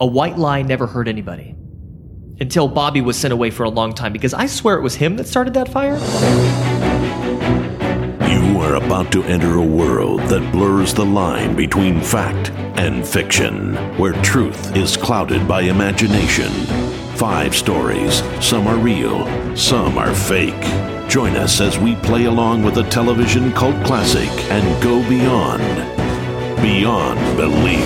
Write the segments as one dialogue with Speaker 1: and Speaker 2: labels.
Speaker 1: A white lie never hurt anybody. Until Bobby was sent away for a long time, because I swear it was him that started that fire.
Speaker 2: You are about to enter a world that blurs the line between fact and fiction, where truth is clouded by imagination. Five stories, some are real, some are fake. Join us as we play along with a television cult classic and go beyond, beyond belief.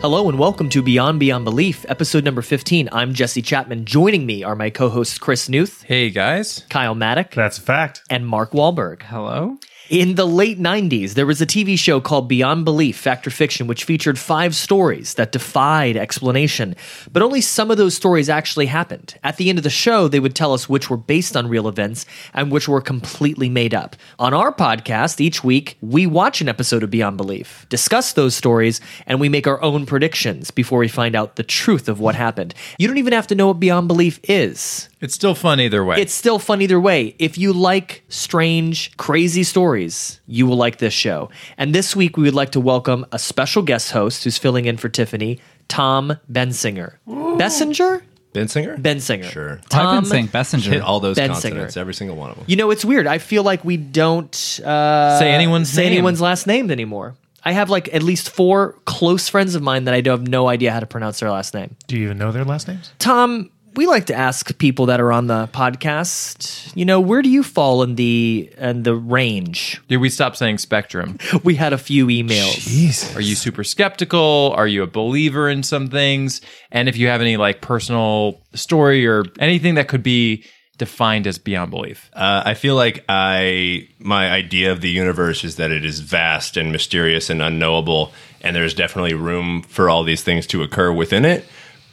Speaker 1: Hello and welcome to Beyond Beyond Belief, episode number 15. I'm Jesse Chapman. Joining me are my co hosts Chris Newth,
Speaker 3: Hey guys.
Speaker 1: Kyle Maddock,
Speaker 4: That's a fact.
Speaker 1: and Mark Wahlberg.
Speaker 3: Hello.
Speaker 1: In the late 90s, there was a TV show called Beyond Belief Fact or Fiction, which featured five stories that defied explanation. But only some of those stories actually happened. At the end of the show, they would tell us which were based on real events and which were completely made up. On our podcast, each week, we watch an episode of Beyond Belief, discuss those stories, and we make our own predictions before we find out the truth of what happened. You don't even have to know what Beyond Belief is.
Speaker 3: It's still fun either way.
Speaker 1: It's still fun either way. If you like strange, crazy stories, you will like this show. And this week, we would like to welcome a special guest host who's filling in for Tiffany, Tom Bensinger. Bessinger?
Speaker 5: Bensinger?
Speaker 1: Bensinger.
Speaker 5: Sure.
Speaker 1: Tom
Speaker 6: I've been saying Bessinger.
Speaker 5: Hit all those
Speaker 1: Bensinger.
Speaker 5: consonants, every single one of them.
Speaker 1: You know, it's weird. I feel like we don't uh,
Speaker 3: Say anyone's
Speaker 1: say
Speaker 3: name.
Speaker 1: anyone's last name anymore. I have like at least four close friends of mine that I have no idea how to pronounce their last name.
Speaker 4: Do you even know their last names?
Speaker 1: Tom, we like to ask people that are on the podcast, you know, where do you fall in the in the range?
Speaker 3: Did we stop saying spectrum?
Speaker 1: We had a few emails.
Speaker 3: Are you super skeptical? Are you a believer in some things? And if you have any like personal story or anything that could be defined as beyond belief.
Speaker 5: Uh, I feel like I my idea of the universe is that it is vast and mysterious and unknowable, and there's definitely room for all these things to occur within it.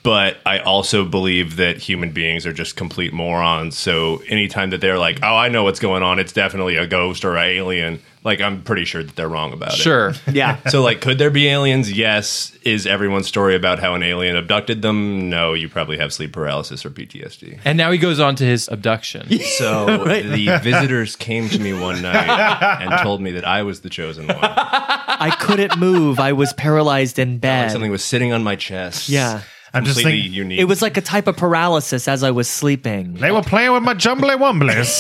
Speaker 5: But I also believe that human beings are just complete morons. So anytime that they're like, "Oh, I know what's going on," it's definitely a ghost or an alien. Like I'm pretty sure that they're wrong about it.
Speaker 3: Sure.
Speaker 1: Yeah.
Speaker 5: so like could there be aliens yes is everyone's story about how an alien abducted them no you probably have sleep paralysis or ptsd
Speaker 3: And now he goes on to his abduction.
Speaker 5: so the visitors came to me one night and told me that i was the chosen one
Speaker 1: I couldn't move. I was paralyzed in bed.
Speaker 5: something was sitting on my chest
Speaker 1: Yeah.
Speaker 4: I'm just
Speaker 5: completely
Speaker 4: thinking-
Speaker 5: unique
Speaker 1: It was like a type of paralysis as I was sleeping.
Speaker 4: They were playing with my jumbly wumblies.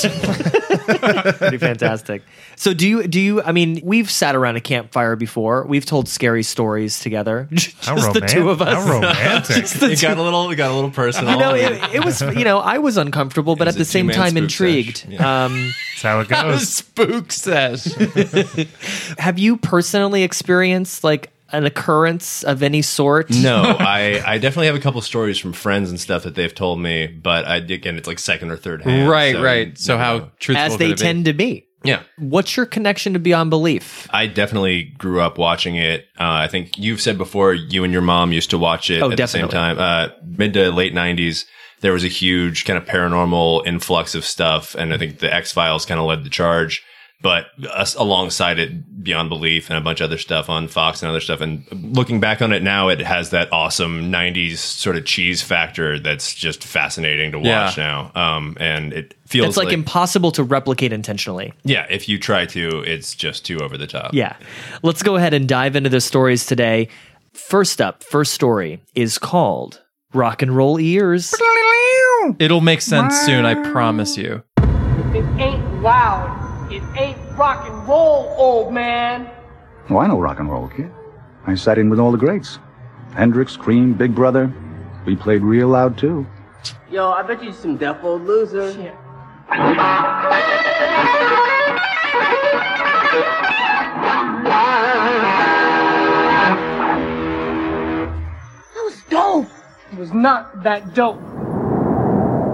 Speaker 1: Pretty fantastic. So do you do you I mean, we've sat around a campfire before. We've told scary stories together. Just
Speaker 4: How romantic.
Speaker 1: the two of us.
Speaker 4: How romantic.
Speaker 1: Just the
Speaker 5: it got a little it got a little personal
Speaker 1: you know, it, it was you know I was uncomfortable, but
Speaker 5: It was
Speaker 1: at the
Speaker 5: a
Speaker 1: same
Speaker 5: two-man
Speaker 1: time
Speaker 5: spook
Speaker 1: intrigued.
Speaker 5: sesh. Yeah.
Speaker 1: Um,
Speaker 4: That's how it goes.
Speaker 3: Spook says.
Speaker 1: have you personally experienced like an occurrence of any sort?
Speaker 5: no, I, I definitely have a couple stories from friends and stuff that they've told me, but I again it's like second or third hand.
Speaker 3: right,
Speaker 5: so you
Speaker 3: right. So
Speaker 5: never
Speaker 3: how
Speaker 5: know.
Speaker 3: truthful
Speaker 1: As they
Speaker 3: could it be?
Speaker 1: tend to be.
Speaker 5: Yeah.
Speaker 1: What's your connection to Beyond Belief?
Speaker 5: I definitely grew up watching it. Uh, I think you've said before you and your mom used to watch it
Speaker 1: Oh,
Speaker 5: at
Speaker 1: definitely.
Speaker 5: the same time. Uh, mid to late '90s, there was a huge kind of paranormal influx of stuff, and I think the X Files kind of led the charge. But us alongside it, Beyond Belief and a bunch of other stuff on Fox and other stuff. And looking back on it now, it has that awesome '90s sort of cheese factor that's just fascinating to
Speaker 3: Yeah.
Speaker 5: watch now. Um, and it feels
Speaker 1: It's like, impossible to replicate intentionally.
Speaker 5: yeah, if you try to, it's just too over the top.
Speaker 1: Yeah. Let's go ahead and dive into the stories today. First up, first story is called Rock and Roll Ears.
Speaker 3: It'll make sense soon, I promise you.
Speaker 7: It ain't loud. It ain't rock and roll, old man.
Speaker 8: Oh, I know rock and roll, kid. I sat in with all the greats. Hendrix, Cream, Big Brother. We played real loud, too.
Speaker 9: Yo, I bet you some deaf old loser.
Speaker 7: That was dope. It was not that dope.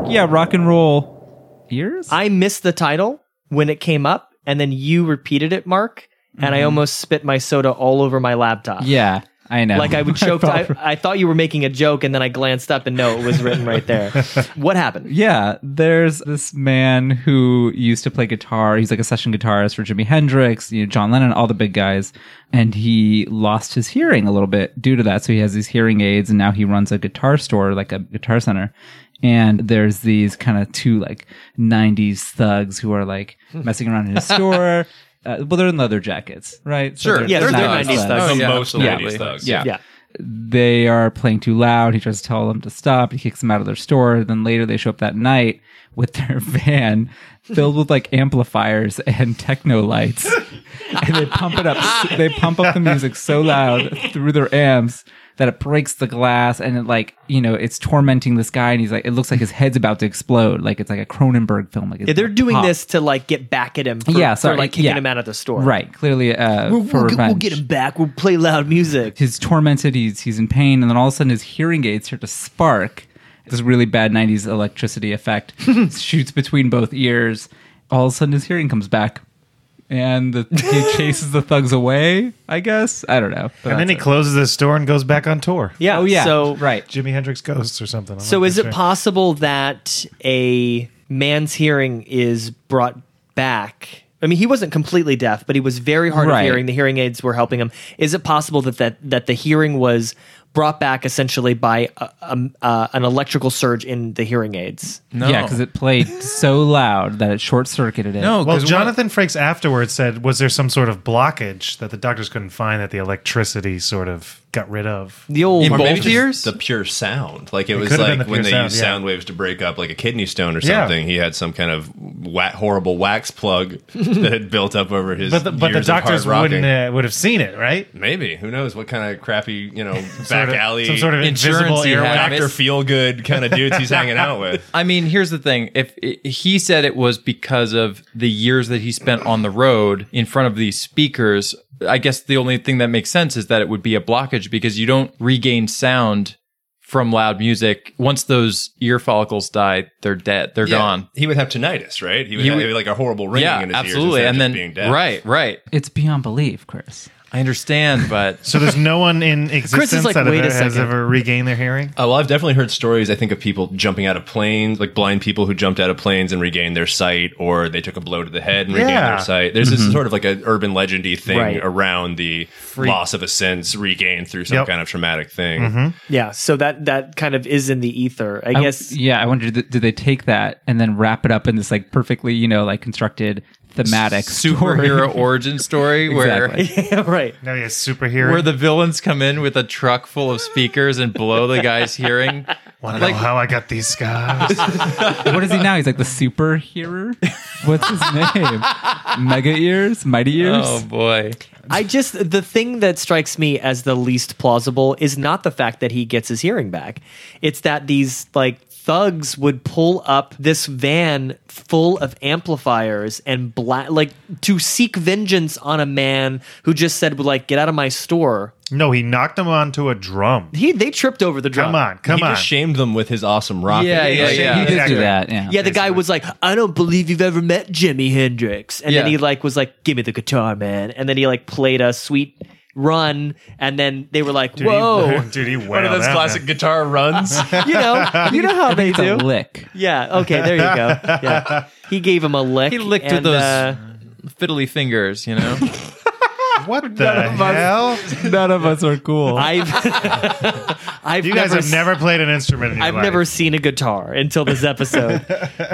Speaker 6: yeah, rock and roll ears.
Speaker 1: I missed the title when it came up, and then you repeated it, Mark, and I almost spit my soda all over my laptop.
Speaker 6: yeah, I know.
Speaker 1: Like I would choke. I,
Speaker 6: felt for-
Speaker 1: I thought you were making a joke, and then I glanced up, and no, it was written right there. what happened?
Speaker 6: yeah, there's this man who used to play guitar. He's like a session guitarist for Jimi Hendrix, you know, John Lennon, all the big guys, and he lost his hearing a little bit due to that. So he has these hearing aids, and now he runs a guitar store, like a guitar center. And there's these kind of two like '90s thugs who are like messing around in his store. Uh, well, they're in leather jackets, right? So
Speaker 3: Sure.
Speaker 6: they're-
Speaker 1: Yeah,
Speaker 3: There's
Speaker 1: they're
Speaker 3: thugs.
Speaker 1: 90s thugs.
Speaker 3: Oh, yeah,
Speaker 5: Most of the
Speaker 6: Yeah.
Speaker 5: 90s thugs.
Speaker 6: Yeah.
Speaker 1: Yeah.
Speaker 6: they are playing too loud. He tries to tell them to stop. He kicks them out of their store. Then later they show up that night with their van filled with like amplifiers and techno lights, and they pump it up. They pump up the music so loud through their amps that it breaks the glass and it like you know it's tormenting this guy and he's like it looks like his head's about to explode like it's like a Cronenberg film like it's
Speaker 1: Yeah, they're
Speaker 6: gonna
Speaker 1: doing
Speaker 6: pop.
Speaker 1: this to like get back at him for,
Speaker 6: Yeah,
Speaker 1: for,
Speaker 6: sorry,
Speaker 1: like kicking
Speaker 6: yeah.
Speaker 1: him out of the store.
Speaker 6: right clearly uh
Speaker 1: We'll,
Speaker 6: for
Speaker 1: we'll get, we'll
Speaker 6: revenge.
Speaker 1: get him back. We'll play loud music.
Speaker 6: he's tormented, he's he's in pain, and then all of a sudden his hearing aids start to spark. This really bad '90s electricity effect shoots between both ears. All of a sudden his hearing comes back, and the, he chases the thugs away. I guess I don't know. but
Speaker 4: And then he
Speaker 6: that's
Speaker 4: closes his store and goes back on tour.
Speaker 1: Yeah.
Speaker 6: it. Oh, yeah,
Speaker 1: So
Speaker 6: right.
Speaker 4: Jimi Hendrix Ghosts or something. I'm
Speaker 1: So
Speaker 4: not
Speaker 1: is it
Speaker 4: sure.
Speaker 1: possible that a man's hearing is brought back? I mean, he wasn't completely deaf, but he was very hard of
Speaker 6: Right.
Speaker 1: hearing. The hearing aids were helping him. Is it possible that that, that the hearing was brought back essentially by a, um uh, an electrical surge in the hearing aids?
Speaker 3: No.
Speaker 6: Yeah, because it played so loud that it short circuited it.
Speaker 3: No,
Speaker 4: Well,
Speaker 3: 'cause
Speaker 4: Jonathan Frakes afterwards said, "Was there some sort of blockage that the doctors couldn't find that the electricity sort of got rid of?"
Speaker 1: The old
Speaker 3: In
Speaker 5: Or maybe
Speaker 3: both
Speaker 5: just
Speaker 3: ears?
Speaker 5: The pure sound. Like it, was
Speaker 4: could've been
Speaker 5: like
Speaker 4: the
Speaker 5: when
Speaker 4: pure
Speaker 5: they
Speaker 4: sound,
Speaker 5: used
Speaker 4: yeah.
Speaker 5: sound waves to break up like a kidney stone or
Speaker 4: Yeah.
Speaker 5: something. He had some kind of wa horrible wax plug that had built up over his
Speaker 4: But the, but the
Speaker 5: years of hard
Speaker 4: doctors
Speaker 5: rocking.
Speaker 4: wouldn't uh, would have seen it, right?
Speaker 5: Maybe. Who knows what kind of crappy, you know,
Speaker 4: Sort
Speaker 5: back
Speaker 4: of-
Speaker 5: alley
Speaker 4: some sort of
Speaker 3: insurance
Speaker 4: invisible
Speaker 3: he had.
Speaker 4: airway.
Speaker 5: Dr. Feel Good kind of dudes he's hanging out with.
Speaker 3: I mean, here's the thing. If i he said it was because of the years that he spent on the road in front of these speakers, I guess the only thing that makes sense is that it would be a blockage because you don't regain sound from loud music. Once those ear follicles die, they're dead. They're
Speaker 5: Yeah.
Speaker 3: gone.
Speaker 5: He would have tinnitus, right? He would
Speaker 3: He
Speaker 5: have
Speaker 3: would-
Speaker 5: like a horrible ringing
Speaker 3: yeah,
Speaker 5: in his
Speaker 3: absolutely.
Speaker 5: ears.
Speaker 3: and
Speaker 5: instead of
Speaker 3: then
Speaker 5: just being deaf.
Speaker 3: right, right.
Speaker 6: It's beyond belief, Chris.
Speaker 3: I understand, but
Speaker 4: So there's no one in existence
Speaker 1: like,
Speaker 4: that
Speaker 1: "Wait a
Speaker 4: ever- has
Speaker 1: second."
Speaker 4: ever regained their hearing.
Speaker 5: Oh, well, I've definitely heard stories. I think of people jumping out of planes, like blind people who jumped out of planes and regained their sight, or they took a blow to the head and regained
Speaker 4: Yeah.
Speaker 5: their sight. There's this sort of like an urban legendy thing
Speaker 1: Right.
Speaker 5: around the loss of a sense regained through some
Speaker 4: Yep. Mm-hmm.
Speaker 5: kind of traumatic thing.
Speaker 1: yeah. So that that kind of is in the ether, I,
Speaker 6: I-
Speaker 1: guess.
Speaker 6: yeah, I wonder, did did they take that and then wrap it up in this like perfectly, you know, like constructed thematic story?
Speaker 3: superhero origin story where
Speaker 6: Exactly.
Speaker 1: Yeah, right.
Speaker 4: Now he has super hearing.
Speaker 3: where the villains come in with a truck full of speakers and blow the guy's hearing.
Speaker 4: Wanna
Speaker 3: like-
Speaker 4: know how I got these scars?
Speaker 6: what is he now? He's like the super hearer. What's his name? Mega ears, mighty ears.
Speaker 3: Oh boy.
Speaker 1: I just the thing that strikes me as the least plausible is not the fact that he gets his hearing back. It's that these like thugs would pull up this van full of amplifiers and black like to seek vengeance on a man who just said like get out of my store.
Speaker 4: no, he knocked him onto a drum.
Speaker 1: He they tripped over the drum.
Speaker 4: Come on, come
Speaker 5: he
Speaker 4: on.
Speaker 5: just shamed them with his awesome rocket.
Speaker 3: Yeah, yeah,
Speaker 4: He
Speaker 3: yeah.
Speaker 6: he did
Speaker 4: exactly.
Speaker 6: do that. Yeah.
Speaker 1: Yeah, the guy was like, "I don't believe you've ever met Jimi Hendrix," and then
Speaker 3: Yeah.
Speaker 1: he like was like, "Give me the guitar, man," and then he like played a sweet run, and then they were like,
Speaker 4: Dude, he-
Speaker 1: "Whoa,
Speaker 4: dude, he went
Speaker 5: One of
Speaker 4: on
Speaker 5: those
Speaker 4: that,
Speaker 5: classic
Speaker 4: man.
Speaker 5: guitar runs.
Speaker 1: you know, you know how they
Speaker 6: It's a
Speaker 1: do."
Speaker 6: lick.
Speaker 1: Yeah. Okay. There you go. Yeah. He gave him a lick.
Speaker 3: He licked with
Speaker 1: and,
Speaker 3: those
Speaker 1: uh,
Speaker 3: fiddly fingers, you know?
Speaker 4: What the hell?
Speaker 6: None of us are cool.
Speaker 1: I've I've
Speaker 4: You
Speaker 1: never
Speaker 4: guys have
Speaker 1: s-
Speaker 4: never played an instrument in your
Speaker 1: I've
Speaker 4: life.
Speaker 1: never seen a guitar until this episode.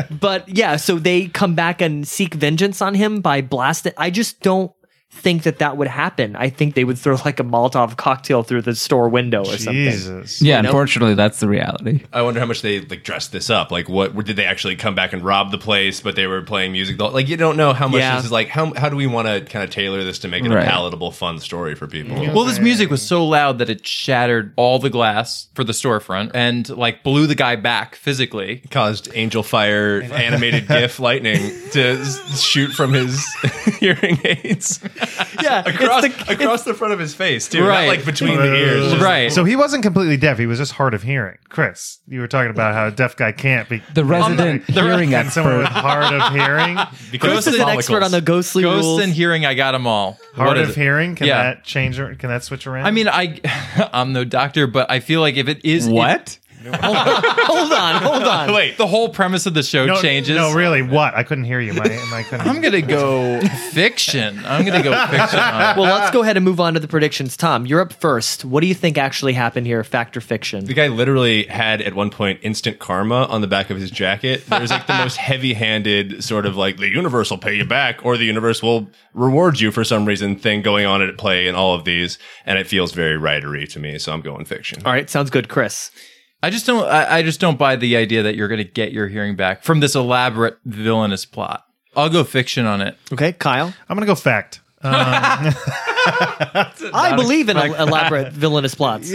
Speaker 1: but yeah, so they come back and seek vengeance on him by blasting. I just don't think that that would happen. I think they would throw like a Molotov cocktail through the store window or something.
Speaker 4: Jesus.
Speaker 6: yeah,
Speaker 1: know-
Speaker 6: unfortunately, that's the reality.
Speaker 5: I wonder how much they like dressed this up. Like, what what- did they actually come back and rob the place? But they were playing music. the whole- Like, you don't know how much
Speaker 1: Yeah.
Speaker 5: this is. Like, how how do we want to kind of tailor this to make it
Speaker 6: Right.
Speaker 5: a palatable, fun story for people?
Speaker 3: Well, this music was so loud that it shattered all the glass for the storefront and like blew the guy back physically.
Speaker 5: caused angel fire animated gif lightning to s- shoot from his hearing aids
Speaker 1: Yeah, it's
Speaker 5: across,
Speaker 1: the-
Speaker 5: across the front of his face too
Speaker 3: Right.
Speaker 5: not like between the ears just-
Speaker 3: Right.
Speaker 4: So he wasn't completely deaf. He was just hard of hearing. Chris, you were talking about how a deaf guy can't be.
Speaker 6: The resident hearing
Speaker 4: and someone with
Speaker 6: expert.
Speaker 4: hard of hearing,
Speaker 5: because
Speaker 1: Chris
Speaker 5: of
Speaker 1: is
Speaker 5: the
Speaker 1: an expert
Speaker 5: follicles.
Speaker 1: on the ghostly
Speaker 3: Ghosts
Speaker 1: rules.
Speaker 3: and hearing, I got them all.
Speaker 4: hard
Speaker 3: What is
Speaker 4: of
Speaker 3: it?
Speaker 4: hearing. Can
Speaker 3: Yeah.
Speaker 4: that change? or- Can that switch around?
Speaker 3: I mean, I I'm no doctor, but I feel like if it is
Speaker 6: What?
Speaker 3: it-
Speaker 1: hold on, hold on.
Speaker 3: Wait, the whole premise of the show
Speaker 4: No,
Speaker 3: changes.
Speaker 4: No, really, what? I couldn't hear you. My, my
Speaker 3: I'm gonna go fiction. I'm gonna go fiction. on it.
Speaker 1: Well, let's go ahead and move on to the predictions. Tom, you're up first. What do you think actually happened here? Fact or fiction?
Speaker 5: The guy literally had at one point instant karma on the back of his jacket. There's like the most heavy handed sort of like the universe will pay you back or the universe will reward you for some reason thing going on at play in all of these. And it feels very writery to me. So I'm going fiction.
Speaker 1: All right, sounds good, Chris.
Speaker 3: I just don't. I, I just don't buy the idea that you're gonna get your hearing back from this elaborate villainous plot. I'll go fiction on it.
Speaker 1: Okay, Kyle.
Speaker 4: I'm gonna go fact.
Speaker 1: I believe in el- elaborate villainous plots.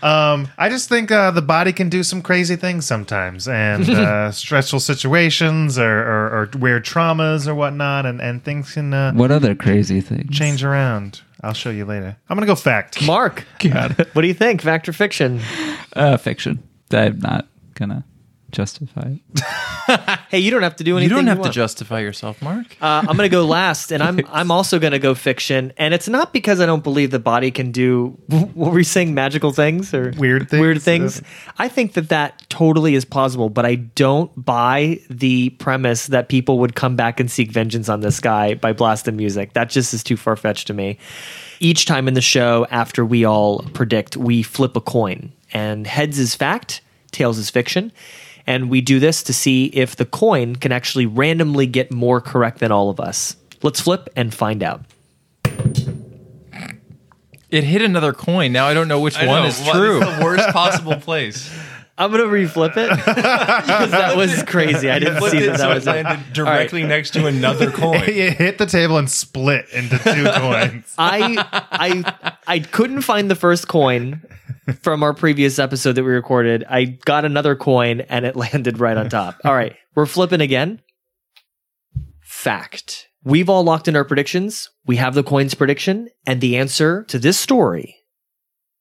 Speaker 4: Um, I just think uh, the body can do some crazy things sometimes, and uh, stressful situations or, or, or weird traumas or whatnot, and, and things can uh,
Speaker 6: What other crazy things?
Speaker 4: change around. I'll show you later. I'm gonna go fact.
Speaker 1: Mark, what do you think? Fact or fiction?
Speaker 6: Uh, fiction. I'm not gonna justify it.
Speaker 1: Hey, you don't have to do
Speaker 3: You
Speaker 1: anything.
Speaker 3: don't have to
Speaker 1: want.
Speaker 3: justify yourself, Mark.
Speaker 1: Uh, I'm going to go last, and I'm I'm also going to go fiction. And it's not because I don't believe the body can do what were we saying magical things or
Speaker 4: Weird things.
Speaker 1: Weird things. I think that that totally is plausible, but I don't buy the premise that people would come back and seek vengeance on this guy by blasting music. That just is too far fetched to me. Each time in the show, after we all predict, we flip a coin, and heads is fact, tails is fiction. And we do this to see if the coin can actually randomly get more correct than all of us. Let's flip and find out.
Speaker 3: It hit another coin. Now I don't know which one is true.
Speaker 5: The worst possible place.
Speaker 1: I'm gonna reflip it because that was crazy. I didn't see that. That was it.
Speaker 5: directly next to another coin.
Speaker 4: you hit the table and split into two coins.
Speaker 1: I I I couldn't find the first coin from our previous episode that we recorded. I got another coin and it landed right on top. All right, we're flipping again. Fact. We've all locked in our predictions. We have the coin's prediction, and the answer to this story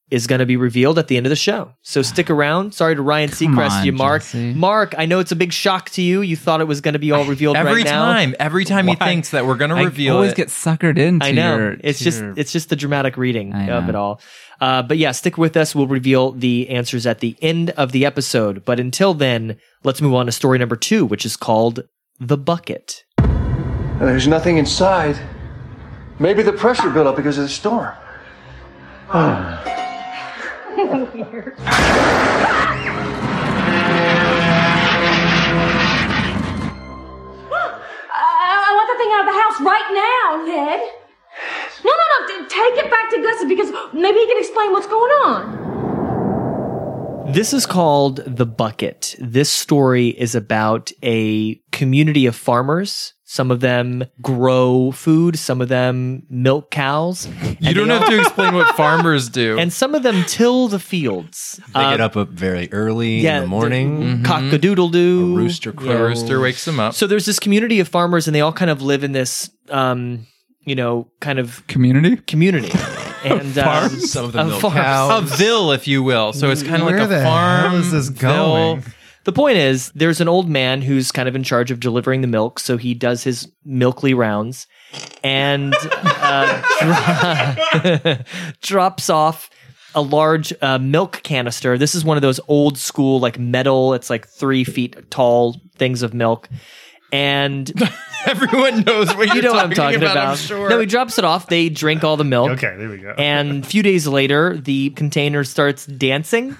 Speaker 1: is going to be revealed at the end of the show. So stick around. Sorry to Ryan
Speaker 6: Come
Speaker 1: Seacrest,
Speaker 6: on,
Speaker 1: you Mark.
Speaker 6: Jesse.
Speaker 1: Mark, I know it's a big shock to you. You thought it was going to be all revealed
Speaker 3: Every
Speaker 1: right now.
Speaker 3: time, every time he thinks that we're gonna
Speaker 6: I
Speaker 3: reveal
Speaker 6: always
Speaker 3: it,
Speaker 6: get suckered into.
Speaker 1: I know.
Speaker 6: Your,
Speaker 1: it's
Speaker 6: to
Speaker 1: just
Speaker 6: your-
Speaker 1: it's just the dramatic reading
Speaker 6: I
Speaker 1: of
Speaker 6: know.
Speaker 1: it all. Uh, but yeah, stick with us. We'll reveal the answers at the end of the episode. But until then, let's move on to story number two, which is called the bucket.
Speaker 10: Uh, There's nothing inside. Maybe the pressure built up because of the storm.
Speaker 11: I, I want that thing out of the house right now, Ned. No, no, no. t- Take it back to Gus's because maybe he can explain what's going on.
Speaker 1: This is called The Bucket. This story is about a community of farmers. Some of them grow food, some of them milk cows. and
Speaker 3: you
Speaker 1: they
Speaker 3: don't
Speaker 1: all-
Speaker 3: have to explain what farmers do.
Speaker 1: And some of them till the fields. Uh,
Speaker 5: They
Speaker 6: Um,
Speaker 5: get up very early in the morning.
Speaker 6: Mm.
Speaker 5: Mm-hmm.
Speaker 1: Cock a doodle doo.
Speaker 5: Rooster crows.
Speaker 3: the rooster wakes them up.
Speaker 1: So there's this community of farmers, and they all kind of live in this, um, you know, kind of
Speaker 6: community.
Speaker 1: community. And um,
Speaker 5: Farms? Some of them milk
Speaker 3: a ville, if you will. So it's kind of like
Speaker 4: Where
Speaker 3: a
Speaker 4: the
Speaker 3: farm.
Speaker 4: hell is this
Speaker 3: ville.
Speaker 4: going?
Speaker 1: The point is, there's an old man who's kind of in charge of delivering the milk, so he does his milkly rounds and uh, dro- drops off a large uh, milk canister. This is one of those old school, like metal, it's like three feet tall things of milk. And
Speaker 3: Everyone knows what you're
Speaker 1: you know what I'm
Speaker 3: talking
Speaker 1: talking about.
Speaker 3: I'm sure.
Speaker 1: No, he drops it off. They drink all the milk.
Speaker 4: Okay, there we go.
Speaker 1: And a few days later, the container starts dancing,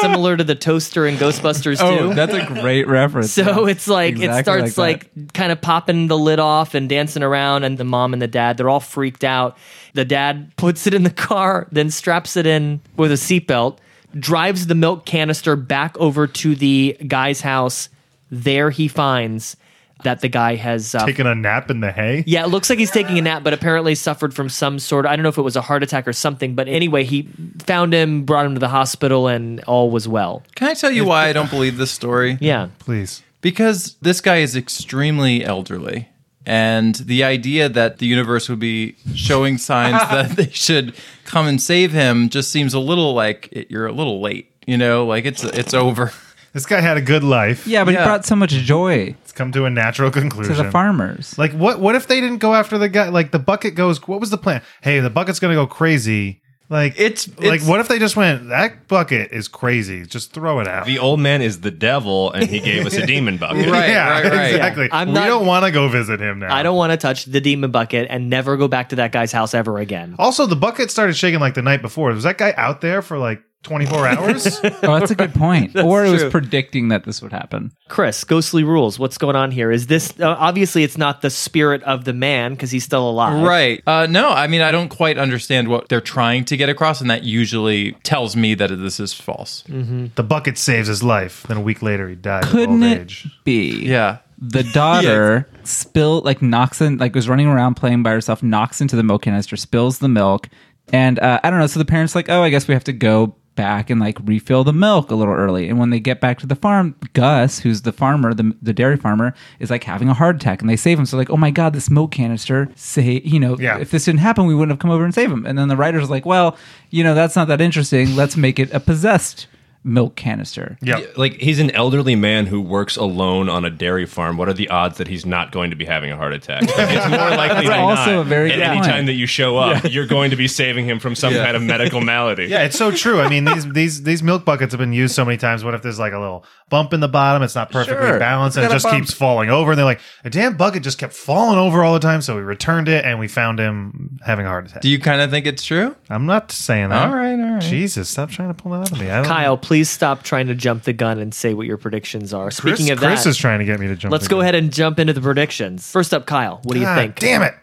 Speaker 1: similar to the toaster in Ghostbusters
Speaker 6: Oh,
Speaker 1: 2.
Speaker 6: that's a great reference.
Speaker 1: so
Speaker 6: Yeah.
Speaker 1: it's like it
Speaker 6: Exactly
Speaker 1: starts
Speaker 6: like
Speaker 1: like, kind of popping the lid off and dancing around and the mom and the dad they're all freaked out. The dad puts it in the car, then straps it in with a seatbelt, drives the milk canister back over to the guy's house. There he finds that the guy has uh,
Speaker 4: Taking a nap in the hay.
Speaker 1: yeah, it looks like he's taking a nap, but apparently suffered from some sort. I don't know if it was a heart attack or something, but anyway, he found him, brought him to the hospital, and all was well.
Speaker 3: Can I tell you why I don't believe this story?
Speaker 1: Yeah.
Speaker 4: Please.
Speaker 3: Because this guy is extremely elderly. And the idea that the universe would be showing signs that they should come and save him just seems a little like it, you're a little late. You know, like it's it's over.
Speaker 4: This guy had a good life.
Speaker 6: yeah, but
Speaker 3: Yeah.
Speaker 6: he brought so much joy
Speaker 4: It's come to a natural
Speaker 6: to
Speaker 4: conclusion.
Speaker 6: the farmers.
Speaker 4: Like what? What if they didn't go after the guy? Like the bucket goes. What was the plan? Hey, the bucket's gonna go crazy. Like
Speaker 5: it's,
Speaker 4: like what if they just went that bucket is crazy? Just throw it out.
Speaker 5: The old man is the devil, and he gave us a demon bucket.
Speaker 3: Right, right, right.
Speaker 4: exactly.
Speaker 1: Yeah. I'm
Speaker 4: we
Speaker 1: not-
Speaker 4: don't want to go visit him now.
Speaker 1: I don't want to touch the demon bucket and never go back to that guy's house ever again.
Speaker 4: Also, the bucket started shaking like the night before. Was that guy out there for like 24 hours?
Speaker 6: Oh, that's a good point. or it was
Speaker 1: true.
Speaker 6: predicting that this would happen.
Speaker 1: Chris, ghostly rules. What's going on here? Is this uh, obviously it's not the spirit of the man because he's still alive,
Speaker 3: Right. Uh, no, I mean, I don't quite understand what they're trying to get across, and that usually tells me that this is false.
Speaker 4: the bucket saves his life. Then a week later, he died
Speaker 6: Couldn't
Speaker 4: of old
Speaker 6: it
Speaker 4: age.
Speaker 6: be?
Speaker 3: Yeah.
Speaker 6: The daughter spill like knocks in like was running around playing by herself, knocks into the milk canister, spills the milk, and uh, I don't know. So the parents like, oh, I guess we have to go back and like refill the milk a little early. And when they get back to the farm, Gus, who's the farmer, the, the dairy farmer, is like having a heart attack, and they save him. So like, oh my god, this milk canister, say you know,
Speaker 4: Yeah.
Speaker 6: if this didn't happen, we wouldn't have come over and save him. And then the writer's like, well, you know, that's not that interesting. Let's make it a possessed milk canister.
Speaker 4: Yeah.
Speaker 5: Like he's an elderly man who works alone on a dairy farm. What are the odds that he's not going to be having a heart attack? Like, it's more likely than
Speaker 6: also
Speaker 5: not.
Speaker 6: a very
Speaker 5: At
Speaker 6: good
Speaker 5: any
Speaker 6: point.
Speaker 5: time that you show up, you're going to be saving him from some kind of medical malady.
Speaker 4: Yeah, it's so true. I mean, these these these milk buckets have been used so many times. What if there's like a little bump in the bottom? It's not perfectly
Speaker 6: Sure.
Speaker 4: balanced, and it
Speaker 6: Got a
Speaker 4: just
Speaker 6: bump.
Speaker 4: keeps falling over. And they're like, the damn bucket just kept falling over all the time. So we returned it, and we found him having a heart attack.
Speaker 3: Do you kind of think it's true?
Speaker 4: I'm not saying that.
Speaker 3: All right, all right.
Speaker 4: Jesus, stop trying to pull that out of me. I don't,
Speaker 1: Kyle, please stop trying to jump the gun and say what your predictions are.
Speaker 4: Chris,
Speaker 1: Speaking of
Speaker 4: Chris
Speaker 1: that,
Speaker 4: is trying to get me to jump.
Speaker 1: let's go ahead and jump into the predictions. First up, Kyle, what do you think?
Speaker 4: Damn it.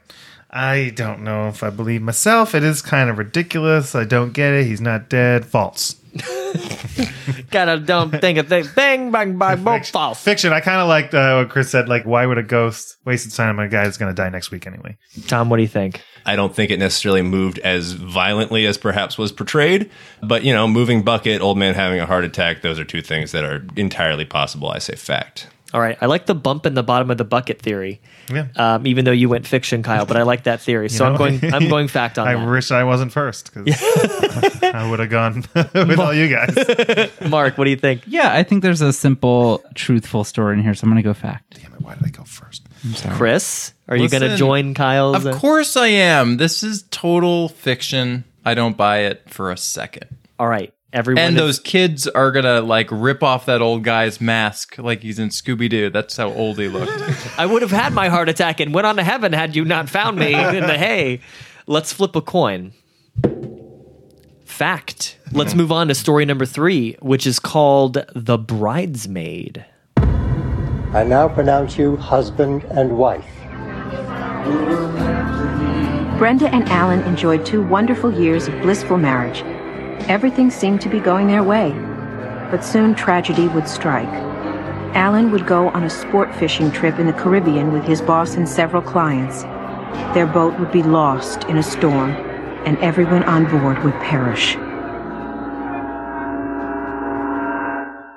Speaker 4: I don't know if I believe myself. It is kind of ridiculous. I don't get it. He's not dead. False.
Speaker 1: Gotta don't think a thing. Bang, bang, bang, boom, false.
Speaker 4: Fiction. I kind of liked uh, what Chris said. Like, why would a ghost waste its time on a guy that's going to die next week anyway?
Speaker 1: Tom, what do you think?
Speaker 5: I don't think it necessarily moved as violently as perhaps was portrayed. But, you know, moving bucket, old man having a heart attack, those are two things that are entirely possible. I say fact.
Speaker 1: All right, I like the bump in the bottom of the bucket theory.
Speaker 4: Yeah.
Speaker 1: Um, even though you went fiction, Kyle, but I like that theory, so I'm
Speaker 4: know?
Speaker 1: going. I'm going fact on
Speaker 4: I
Speaker 1: that.
Speaker 4: wish I wasn't first because I would have gone with all you guys.
Speaker 1: Mark, what do you think?
Speaker 6: Yeah, I think there's a simple, truthful story in here, so I'm gonna go fact.
Speaker 4: why did I go first?
Speaker 1: Chris, are you going to
Speaker 3: Listen,
Speaker 1: join Kyle's?
Speaker 3: Of course I am. This is total fiction. I don't buy it for a second.
Speaker 1: All right, everyone.
Speaker 3: And
Speaker 1: is-
Speaker 3: those kids are gonna like rip off that old guy's mask like he's in Scooby Doo. That's how old he looked.
Speaker 1: I would have had my heart attack and went on to heaven had you not found me in the hay. Let's flip a coin. Fact. Let's move on to story number three, which is called The Bridesmaid.
Speaker 12: I now pronounce you husband and wife.
Speaker 13: Brenda and Alan enjoyed two wonderful years of blissful marriage. Everything seemed to be going their way. But soon tragedy would strike. Alan would go on a sport fishing trip in the Caribbean with his boss and several clients. Their boat would be lost in a storm, and everyone on board would perish.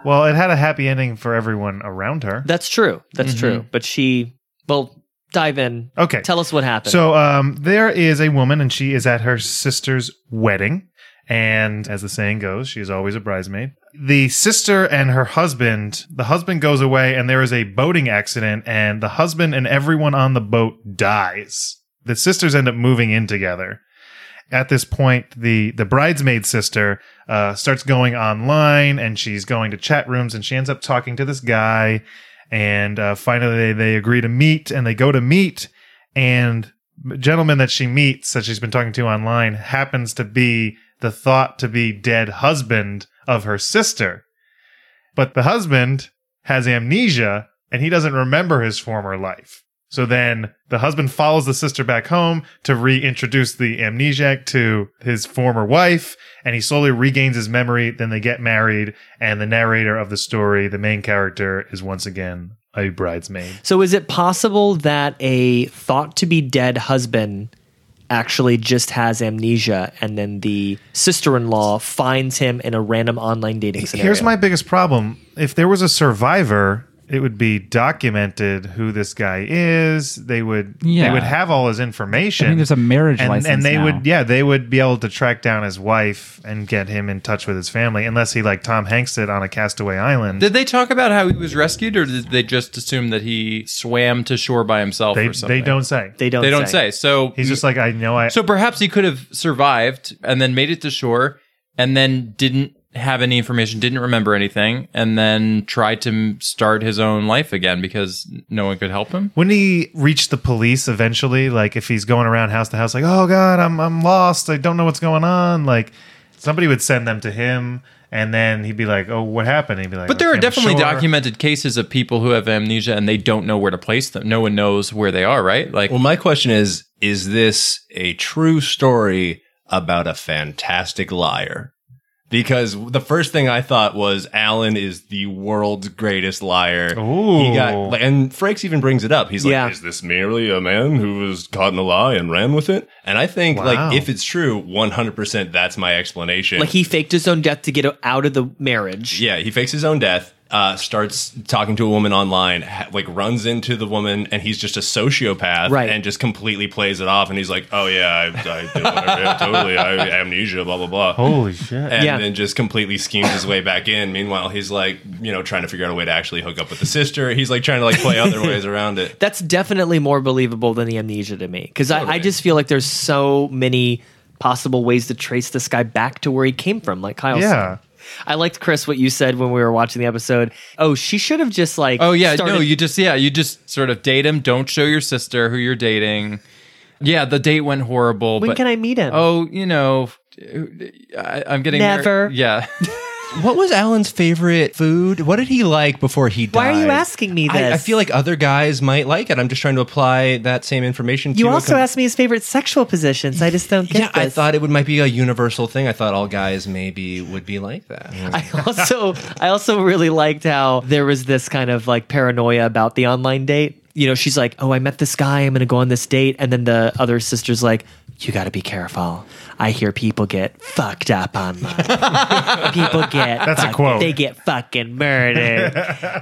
Speaker 4: Well, it had a happy ending for everyone around her.
Speaker 1: That's true. That's true. But she, well, dive in.
Speaker 4: Okay.
Speaker 1: Tell us what happened.
Speaker 4: So um, there is a woman, and she is at her sister's wedding. And as the saying goes, she is always a bridesmaid. The sister and her husband, the husband goes away, and there is a boating accident, and the husband and everyone on the boat dies. The sisters end up moving in together. At this point, the the bridesmaid sister uh, starts going online, and she's going to chat rooms, and she ends up talking to this guy. And uh, finally, they, they agree to meet, and they go to meet, and gentleman that she meets that she's been talking to online happens to be the thought to be dead husband of her sister but the husband has amnesia and he doesn't remember his former life so then the husband follows the sister back home to reintroduce the amnesiac to his former wife and he slowly regains his memory then they get married and the narrator of the story the main character is once again a bridesmaid
Speaker 1: So is it possible that a thought to be dead husband actually just has amnesia and then the sister-in-law finds him in a random online dating scenario?
Speaker 4: Here's my biggest problem. If there was a survivor, it would be documented who this guy is. They would
Speaker 6: Yeah.
Speaker 4: they would have all his information.
Speaker 6: I think there's a marriage
Speaker 4: and,
Speaker 6: license
Speaker 4: and they
Speaker 6: now.
Speaker 4: would yeah they would be able to track down his wife and get him in touch with his family, unless he like Tom Hanks did on a castaway island.
Speaker 3: Did they talk about how he was rescued, or did they just assume that he swam to shore by himself
Speaker 4: They,
Speaker 3: or something?
Speaker 4: they don't say.
Speaker 3: They don't say. So
Speaker 4: he's just like I know I
Speaker 3: So perhaps he could have survived and then made it to shore and then didn't have any information, didn't remember anything, and then tried to m- start his own life again because no one could help him.
Speaker 4: Wouldn't he reach the police eventually? Like if he's going around house to house, like, oh god, I'm I'm lost. I don't know what's going on. Like somebody would send them to him, and then he'd be like, oh, what happened? He'd be like,
Speaker 3: But there
Speaker 4: "Okay,
Speaker 3: are
Speaker 4: I'm
Speaker 3: definitely
Speaker 4: sure."
Speaker 3: documented cases of people who have amnesia and they don't know where to place them. No one knows where they are, right? Like,
Speaker 5: well, my question is: Is this a true story about a fantastic liar? Because the first thing I thought was Alan is the world's greatest liar. He got,
Speaker 4: Ooh.
Speaker 5: like, and Frakes even brings it up. He's
Speaker 4: Yeah.
Speaker 5: like, "Is this merely a man who was caught in a lie and ran with it?" And I think,
Speaker 1: Wow.
Speaker 5: like, if it's true, one hundred percent, that's my explanation.
Speaker 1: Like he faked his own death to get out of the marriage.
Speaker 5: Yeah, he fakes his own death. Uh, starts talking to a woman online, ha- like runs into the woman, and he's just a sociopath,
Speaker 1: Right.
Speaker 5: And just completely plays it off, and he's like, "Oh yeah, I, I did whatever, yeah, totally, I amnesia, blah blah blah."
Speaker 4: Holy shit!
Speaker 5: And
Speaker 4: Yeah.
Speaker 5: then just completely schemes his way back in. Meanwhile, he's like, you know, trying to figure out a way to actually hook up with the sister. He's like trying to like play other ways around it.
Speaker 1: That's definitely more believable than the amnesia to me because I, I just feel like there's so many possible ways to trace this guy back to where he came from. Like Kyle
Speaker 4: Yeah.
Speaker 1: said. I liked Chris what you said when we were watching the episode. Oh, she should have just like
Speaker 3: Oh yeah,
Speaker 1: started-
Speaker 3: no, you just yeah, you just sort of date him. Don't show your sister who you're dating. Yeah, the date went horrible.
Speaker 1: When
Speaker 3: but-
Speaker 1: can I meet him?
Speaker 3: Oh, you know, I, I'm getting mar-
Speaker 1: Never.
Speaker 3: yeah.
Speaker 14: What was Alan's favorite food? What did he like before he died?
Speaker 1: Why are you asking me
Speaker 14: I, I
Speaker 1: this?
Speaker 14: feel like other guys might like it. I'm just trying to apply that same information to
Speaker 1: You
Speaker 14: a
Speaker 1: also
Speaker 14: com-
Speaker 1: asked me his favorite sexual positions. I just don't get
Speaker 14: Yeah, I
Speaker 1: this.
Speaker 14: thought it would might be a universal thing. I thought all guys maybe would be like that.
Speaker 1: I also I also really liked how there was this kind of like paranoia about the online date. You know, she's like, "Oh, I met this guy. I'm going to go on this date," and then the other sister's like, "You got to be careful. I hear people get fucked up online. people get
Speaker 4: That's a
Speaker 1: fucked-
Speaker 4: quote.
Speaker 1: They get fucking murdered."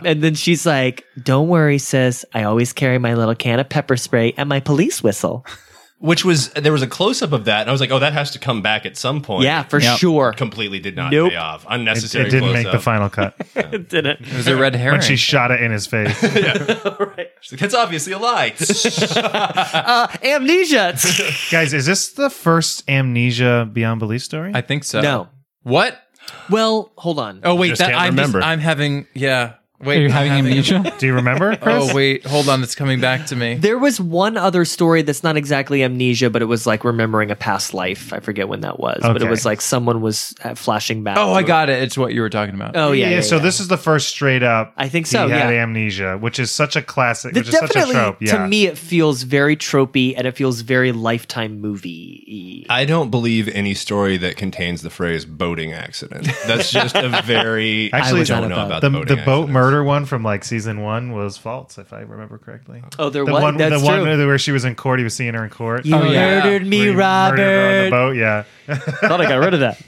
Speaker 1: and then she's like, "Don't worry, sis. I always carry my little can of pepper spray and my police whistle."
Speaker 5: Which was there was a close up of that, and I was like, "Oh, that has to come back at some point."
Speaker 1: Yeah, for Yep. sure.
Speaker 5: Completely did not
Speaker 1: Nope.
Speaker 5: pay off.
Speaker 4: It,
Speaker 5: Unnecessary.
Speaker 4: it didn't make the
Speaker 5: close-up.
Speaker 4: final cut.
Speaker 1: it didn't. It
Speaker 3: was a red
Speaker 4: When she shot it in his face.
Speaker 5: She's like, That's obviously a lie.
Speaker 1: uh, amnesia.
Speaker 4: Guys, is this the first amnesia beyond belief story?
Speaker 3: I think so.
Speaker 1: No.
Speaker 3: What?
Speaker 1: Well, hold on.
Speaker 3: Oh wait,
Speaker 4: Just
Speaker 3: that,
Speaker 4: can't
Speaker 3: I'm just-
Speaker 4: remember.
Speaker 3: I'm having yeah. Wait,
Speaker 4: Are you
Speaker 3: I'm
Speaker 4: having amnesia? Do you remember? Chris?
Speaker 3: Oh wait, hold on, it's coming back to me.
Speaker 1: There was one other story that's not exactly amnesia, but it was like remembering a past life. I forget when that was, but it
Speaker 3: Okay.
Speaker 1: was like someone was uh, flashing back.
Speaker 3: Oh, I
Speaker 1: to-
Speaker 3: got it. It's what you were talking about.
Speaker 1: Oh yeah. yeah,
Speaker 4: so
Speaker 1: yeah.
Speaker 4: this is the first straight up.
Speaker 1: I think so,
Speaker 4: He had
Speaker 1: yeah.
Speaker 4: amnesia, which is such a classic,
Speaker 1: Th-
Speaker 4: which is such a
Speaker 1: definitely
Speaker 4: trope. Yeah.
Speaker 1: to me it feels very tropey and it feels very lifetime movie.
Speaker 5: I don't believe any story that contains the phrase boating accident. That's just a very
Speaker 4: Actually,
Speaker 5: I don't know about
Speaker 4: the,
Speaker 5: the, boating
Speaker 4: the boat murder one from like season one was false, if I remember correctly.
Speaker 1: Oh, there
Speaker 4: the
Speaker 1: was-
Speaker 4: one,
Speaker 1: that's
Speaker 4: the one
Speaker 1: true.
Speaker 4: where she was in court. He was seeing her in court.
Speaker 1: You Oh, yeah. murdered me,
Speaker 4: Where he murdered her on
Speaker 1: Robert.
Speaker 4: the boat. Yeah,
Speaker 1: Thought I got rid of that.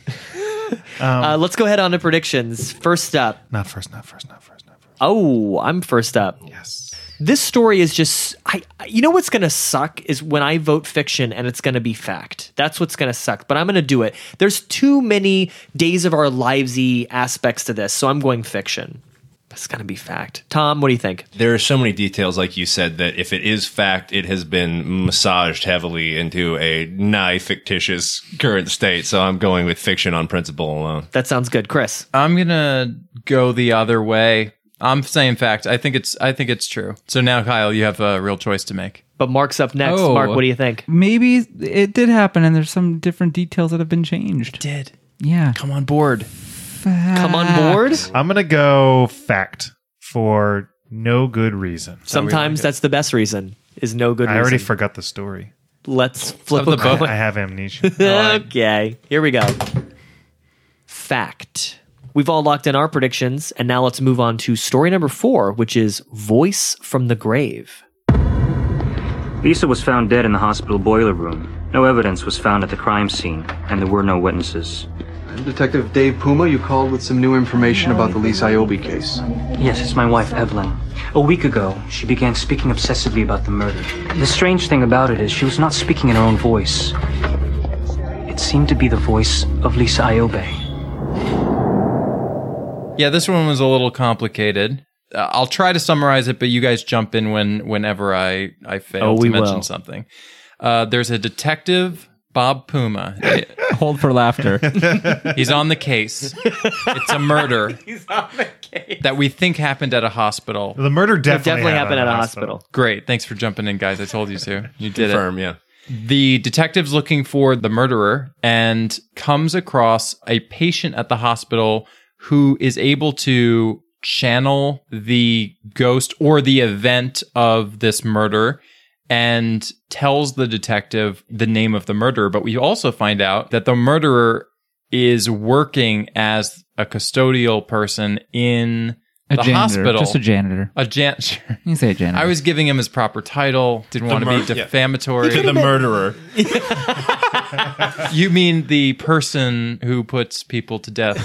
Speaker 4: Um,
Speaker 1: uh, let's go ahead on to predictions. First up,
Speaker 4: not first, not first, not
Speaker 1: first, not first. Oh, I'm first up.
Speaker 4: Yes.
Speaker 1: This story is just I. I- You know what's gonna suck is when I vote fiction and it's gonna be fact. That's what's gonna suck. But I'm gonna do it. There's too many days of our livesy aspects to this, so I'm going fiction. It's gonna be fact. Tom, what do you think?
Speaker 5: There are so many details, like you said, that if it is fact, it has been massaged heavily into a nigh fictitious current state. So I'm going with fiction on principle alone.
Speaker 1: That sounds good, Chris.
Speaker 3: I'm gonna go the other way. I'm saying fact. I think it's I think it's true. So now, Kyle, you have a real choice to make.
Speaker 1: But Mark's up next.
Speaker 6: Oh.
Speaker 1: Mark, what do you think?
Speaker 6: Maybe it did happen, and there's some different details that have been changed.
Speaker 3: did.
Speaker 6: Yeah.
Speaker 3: Come on board.
Speaker 6: Come
Speaker 1: on board.
Speaker 4: I'm gonna go fact for no good reason.
Speaker 1: Sometimes that's the best reason. Is no good.
Speaker 4: I already
Speaker 1: reason. Oh.
Speaker 4: forgot the story.
Speaker 1: Let's flip
Speaker 4: Of the
Speaker 1: a coin.
Speaker 4: boat. I have amnesia.
Speaker 1: okay, here we go. Fact. We've all locked in our predictions, and now let's move on to story number four, which is Voice from the Grave.
Speaker 15: Lisa was found dead in the hospital boiler room. No evidence was found at the crime scene, and there were no witnesses.
Speaker 10: Detective Dave Puma, you called with some new information about the Lise Iobi case.
Speaker 15: Yes, it's my wife, Evelyn. A week ago, she began speaking obsessively about the murder. The strange thing about it is she was not speaking in her own voice. It seemed to be the voice of Lisa Iobe.
Speaker 3: Yeah, this one was a little complicated. Uh, I'll try to summarize it, but you guys jump in when whenever I I fail
Speaker 1: Oh, we
Speaker 3: to mention
Speaker 1: will.
Speaker 3: something. Uh, there's a detective, Bob Puma.
Speaker 6: Hold for laughter.
Speaker 3: He's on the case. It's a murder. He's on the case that we think happened at a hospital.
Speaker 4: The murder definitely, happened, at a hospital.
Speaker 3: Great. Thanks for jumping in, guys. I told you to. You did
Speaker 5: Confirm,
Speaker 3: it.
Speaker 5: yeah.
Speaker 3: The detective's looking for the murderer and comes across a patient at the hospital who is able to channel the ghost or the event of this murder and tells the detective the name of the murderer. But we also find out that the murderer is working as a custodial person in
Speaker 6: A
Speaker 3: the
Speaker 6: janitor,
Speaker 3: hospital.
Speaker 6: just a janitor.
Speaker 3: A jan. sure.
Speaker 6: You say janitor.
Speaker 3: I was giving him his proper title. Didn't
Speaker 5: The
Speaker 3: want
Speaker 5: mur-
Speaker 3: to be
Speaker 5: yeah.
Speaker 3: defamatory
Speaker 5: To the murderer.
Speaker 3: you mean the person who puts people to death?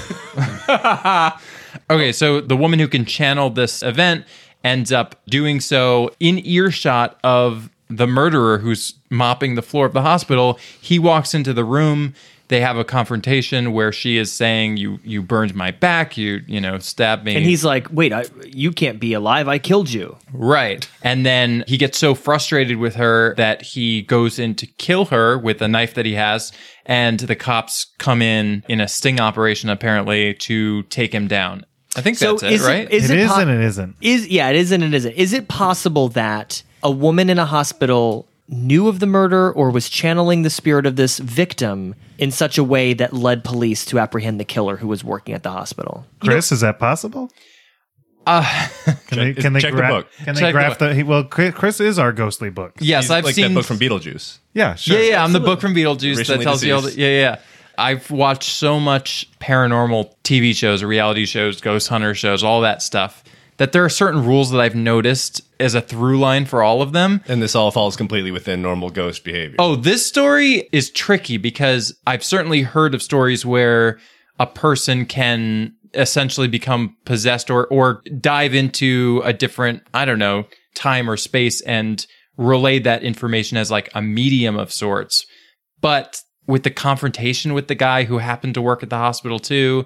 Speaker 3: okay, so the woman who can channel this event ends up doing so in earshot of the murderer who's mopping the floor of the hospital. He walks into the room. They have a confrontation where she is saying, "You you burned my back. You you know stabbed me."
Speaker 1: And he's like, wait, I, you can't be alive. I killed you.
Speaker 3: Right. And then he gets so frustrated with her that he goes in to kill her with a knife that he has. And the cops come in in a sting operation, apparently, to take him down. I think
Speaker 1: So
Speaker 3: that's it,
Speaker 1: is it-
Speaker 3: right?
Speaker 1: is It it
Speaker 4: It is
Speaker 1: po-
Speaker 4: and it isn't.
Speaker 1: Is yeah, it is and it isn't. Is it possible that a woman in a hospital knew of the murder or was channeling the spirit of this victim in such a way that led police to apprehend the killer who was working at the hospital?
Speaker 4: Chris, is that possible?
Speaker 3: Uh,
Speaker 4: Can they, can they
Speaker 5: check the
Speaker 4: gra-
Speaker 5: book.
Speaker 4: Can they
Speaker 5: Check the
Speaker 4: graph the, he, well? Chris Chris is our ghostly book.
Speaker 3: yes,
Speaker 5: He's
Speaker 3: I've
Speaker 5: like
Speaker 3: seen
Speaker 5: that book from Beetlejuice.
Speaker 4: Yeah, sure.
Speaker 3: Yeah, yeah. I'm the book from Beetlejuice
Speaker 5: Recently
Speaker 3: that tells you all the.
Speaker 5: deceased.
Speaker 3: Yeah, yeah. I've watched so much paranormal TV shows, reality shows, ghost hunter shows, all that stuff. That there are certain rules that I've noticed as a through line for all of them.
Speaker 5: And this all falls completely within normal ghost behavior.
Speaker 3: Oh, this story is tricky because I've certainly heard of stories where a person can essentially become possessed or or dive into a different, I don't know, time or space and relay that information as like a medium of sorts. But with the confrontation with the guy who happened to work at the hospital too,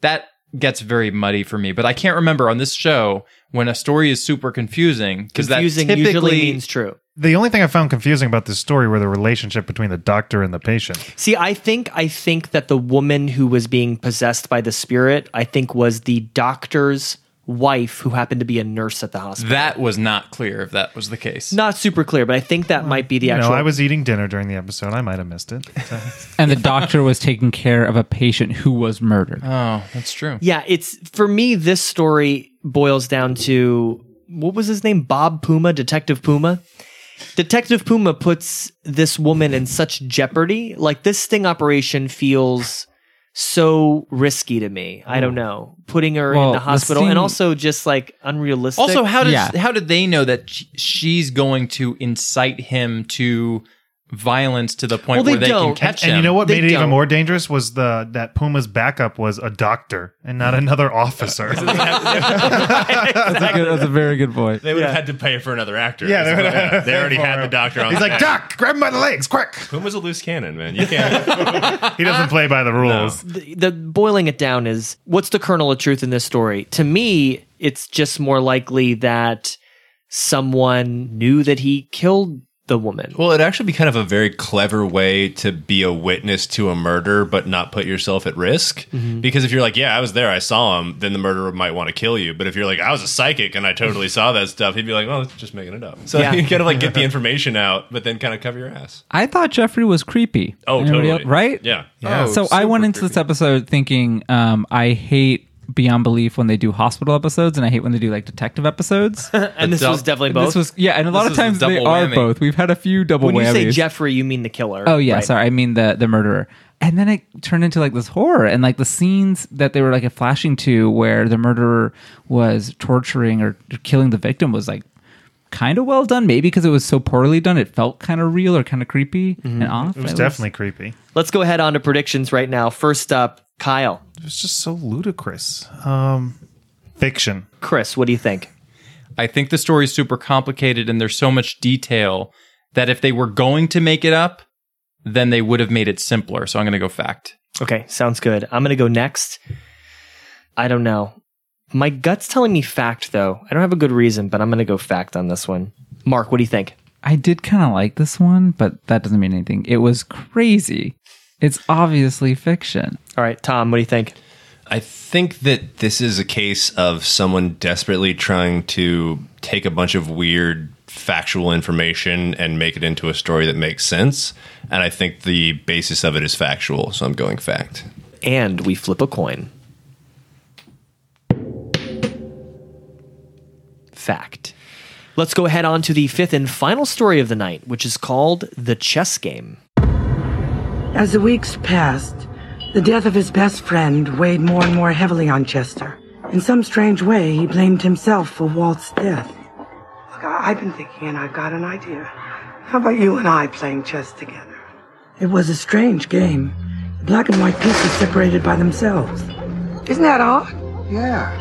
Speaker 3: that gets very muddy for me. But I can't remember on this show when a story is super confusing because that
Speaker 1: Confusing
Speaker 3: typically
Speaker 1: usually means true.
Speaker 4: The only thing I found confusing about this story were the relationship between the doctor and the patient.
Speaker 1: See, I think I think that the woman who was being possessed by the spirit, I think was the doctor's wife who happened to be a nurse at the hospital.
Speaker 3: that was not clear if that was the case.
Speaker 1: Not super clear, but I think that might be the
Speaker 4: you know,
Speaker 1: actual
Speaker 4: I was eating dinner during the episode. I might have missed it.
Speaker 6: and the doctor was taking care of a patient who was murdered.
Speaker 3: Oh, that's true.
Speaker 1: Yeah, it's for me. This story boils down to what was his name? Bob Puma, Detective Puma. Detective Puma puts this woman in such jeopardy. Like this sting operation feels so risky to me. I don't know, putting her
Speaker 6: Well,
Speaker 1: in the
Speaker 6: the
Speaker 1: hospital
Speaker 6: sting-
Speaker 1: and also just like unrealistic.
Speaker 3: Also, how does
Speaker 6: Yeah.
Speaker 3: how did they know that sh- she's going to incite him to violence to the point
Speaker 1: Well, they
Speaker 3: where they
Speaker 1: don't.
Speaker 3: can catch
Speaker 4: and
Speaker 3: him?
Speaker 4: you know what
Speaker 1: They
Speaker 4: made it even
Speaker 1: don't.
Speaker 4: more dangerous was the that Puma's backup was a doctor and not another officer.
Speaker 6: That's, a good, that's a very good point.
Speaker 5: They would have had to pay for another actor.
Speaker 4: Yeah, they
Speaker 5: they,
Speaker 4: would have-
Speaker 5: already had the doctor on.
Speaker 4: He's
Speaker 5: the
Speaker 4: like,
Speaker 5: back.
Speaker 4: Doc, grab him by the legs, quick!
Speaker 5: Puma's a loose cannon, man. You can't.
Speaker 4: He doesn't play by the rules.
Speaker 1: the, the boiling it down is what's the kernel of truth in this story? To me, it's just more likely that someone knew that he killed the woman.
Speaker 5: Well, it'd actually be kind of a very clever way to be a witness to a murder, but not put yourself at risk. Because if you're like, yeah, I was there, I saw him, then the murderer might want to kill you. But if you're like, I was a psychic and I totally saw that stuff, he'd be like, well, it's just making it up. So
Speaker 1: Yeah.
Speaker 5: you kind of like get the information out, but then kind of cover your ass.
Speaker 6: I thought Jeffrey was creepy.
Speaker 5: Oh,
Speaker 6: Anybody
Speaker 5: totally.
Speaker 6: else- right? Oh,
Speaker 5: Yeah.
Speaker 6: so I went into this episode thinking um, I hate Beyond Belief when they do hospital episodes, and I hate when they do like detective episodes.
Speaker 1: and this
Speaker 3: del-
Speaker 1: was definitely both.
Speaker 6: this was yeah, and a
Speaker 3: This
Speaker 6: lot of
Speaker 3: is a
Speaker 6: times they
Speaker 3: double
Speaker 6: are
Speaker 3: whammy.
Speaker 6: both. We've had a few double
Speaker 1: when you
Speaker 6: whammies.
Speaker 1: say Jeffrey, you mean the killer.
Speaker 6: Oh yeah,
Speaker 1: right?
Speaker 6: sorry. I mean the the murderer. And then it turned into like this horror and like the scenes that they were like flashing to where the murderer was torturing or killing the victim was like kind of well done. Maybe because it was so poorly done, it felt kind of real or kind of creepy and off.
Speaker 4: It was definitely creepy.
Speaker 1: Let's go ahead on to predictions right now. First up, Kyle.
Speaker 4: It was just so ludicrous. Um, fiction.
Speaker 1: Chris, what do you think?
Speaker 3: I think the story is super complicated and there's so much detail that if they were going to make it up, then they would have made it simpler. So I'm going to go fact.
Speaker 1: Okay, sounds good. I'm going to go next. I don't know. My gut's telling me fact, though. I don't have a good reason, but I'm going to go fact on this one. Mark, what do you think?
Speaker 6: I did kind of like this one, but that doesn't mean anything. It was crazy. It's obviously fiction.
Speaker 1: All right, Tom, what do you think?
Speaker 5: I think that this is a case of someone desperately trying to take a bunch of weird factual information and make it into a story that makes sense. And I think the basis of it is factual. So I'm going fact.
Speaker 1: And we flip a coin. Fact. Let's go ahead on to the fifth and final story of the night, which is called The Chess Game.
Speaker 16: As the weeks passed, the death of his best friend weighed more and more heavily on Chester. In some strange way, he blamed himself for Walt's death. Look, I- I've been thinking and I've got an idea. How about you and I playing chess together? It was a strange game. The black and white pieces separated by themselves. Isn't that odd?
Speaker 10: Yeah.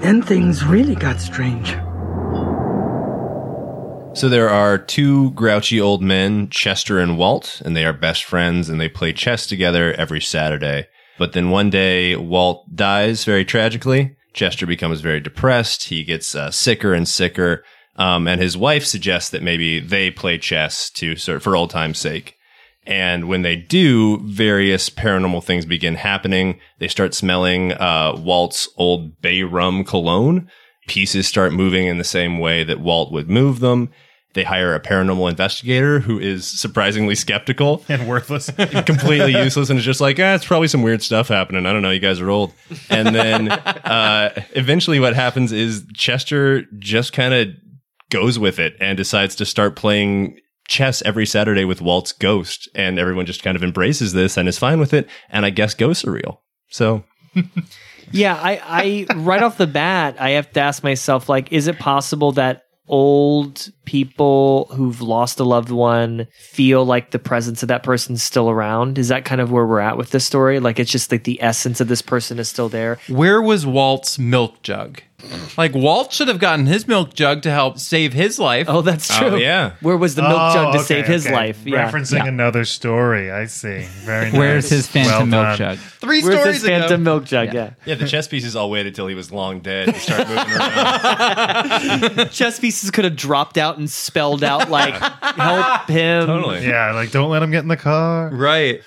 Speaker 16: Then things really got strange.
Speaker 5: So there are two grouchy old men, Chester and Walt, and they are best friends and they play chess together every Saturday. But then one day, Walt dies very tragically. Chester becomes very depressed. He gets uh, sicker and sicker. Um, and his wife suggests that maybe they play chess to sort for old time's sake. And when they do, various paranormal things begin happening. They start smelling uh, Walt's old bay rum cologne. Pieces start moving in the same way that Walt would move them. They hire a paranormal investigator who is surprisingly skeptical
Speaker 4: and worthless.
Speaker 5: completely useless and is just like, ah, it's probably some weird stuff happening. I don't know. You guys are old. And then uh, eventually, what happens is Chester just kind of goes with it and decides to start playing chess every Saturday with Walt's ghost. And everyone just kind of embraces this and is fine with it. And I guess ghosts are real. So
Speaker 1: Yeah, I, I right off the bat, I have to ask myself, like, is it possible that old people who've lost a loved one feel like the presence of that person's still around? Is that kind of where we're at with this story? Like, it's just like the essence of this person is still there.
Speaker 3: Where was Walt's milk jug? Like Walt should have gotten his milk jug to help save his life.
Speaker 1: Oh, that's true.
Speaker 3: yeah.
Speaker 1: Where was the milk
Speaker 4: Oh,
Speaker 1: jug to
Speaker 4: okay,
Speaker 1: save his
Speaker 4: okay.
Speaker 1: life? Yeah.
Speaker 4: Referencing
Speaker 1: Yeah.
Speaker 4: another story. I see. Very nice.
Speaker 6: Where's his phantom
Speaker 4: Well
Speaker 6: milk
Speaker 4: done.
Speaker 6: jug?
Speaker 3: Three
Speaker 1: Where's
Speaker 3: stories
Speaker 1: his phantom
Speaker 3: ago.
Speaker 1: milk jug? Yeah.
Speaker 5: yeah, the chess pieces all waited till he was long dead to start moving around.
Speaker 1: Chess pieces could have dropped out and spelled out like help him.
Speaker 5: Totally.
Speaker 4: Yeah, like don't let him get in the car.
Speaker 3: Right.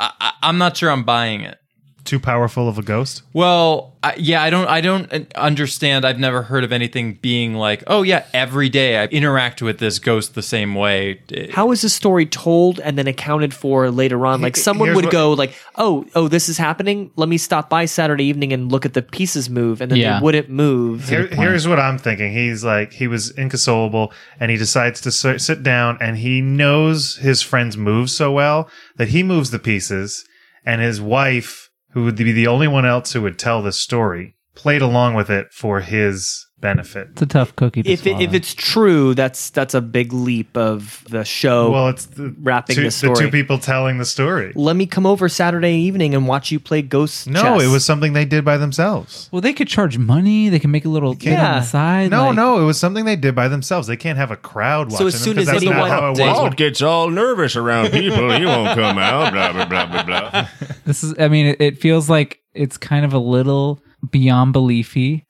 Speaker 3: I, I, I'm not sure I'm buying it.
Speaker 4: Too powerful of a ghost.
Speaker 3: Well, I, yeah, I don't, I don't uh, understand. I've never heard of anything being like, oh yeah, every day I interact with this ghost the same way. It-
Speaker 1: How is the story told and then accounted for later on? Like someone
Speaker 4: here's
Speaker 1: would
Speaker 4: what-
Speaker 1: go like, "Oh, oh, this is happening. Let me stop by Saturday evening and look at the pieces move," and then
Speaker 6: Yeah.
Speaker 1: they wouldn't move.
Speaker 4: Here, here's what I'm thinking. He's like he was inconsolable, and he decides to sit, sit down, and he knows his friends move so well that he moves the pieces, and his wife, who would be the only one else who would tell this story, played along with it for his benefit.
Speaker 6: It's a tough cookie to
Speaker 1: if it, if
Speaker 6: swallow.
Speaker 1: it's true, that's that's a big leap of the show.
Speaker 4: Well, it's the,
Speaker 1: Wrapping
Speaker 4: two,
Speaker 1: the story.
Speaker 4: two people telling the story.
Speaker 1: Let me come over Saturday evening and watch you play ghost.
Speaker 4: No,
Speaker 1: chess.
Speaker 4: it was something they did by themselves.
Speaker 6: well, they could charge money. They can make a little kid on
Speaker 1: Yeah.
Speaker 6: the side.
Speaker 4: No,
Speaker 6: like-
Speaker 4: no, it was something they did by themselves. They can't have a crowd
Speaker 1: So
Speaker 4: watching.
Speaker 1: as soon
Speaker 4: them, 'cause
Speaker 1: as
Speaker 4: that's not
Speaker 1: anyone-
Speaker 4: how it was
Speaker 1: Update.
Speaker 4: when
Speaker 5: Walt gets all nervous around people. He won't come out. Blah blah blah blah blah.
Speaker 6: This is. I mean, it, it feels like it's kind of a little beyond beliefy.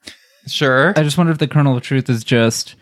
Speaker 3: sure.
Speaker 6: I just wonder if the kernel of truth is just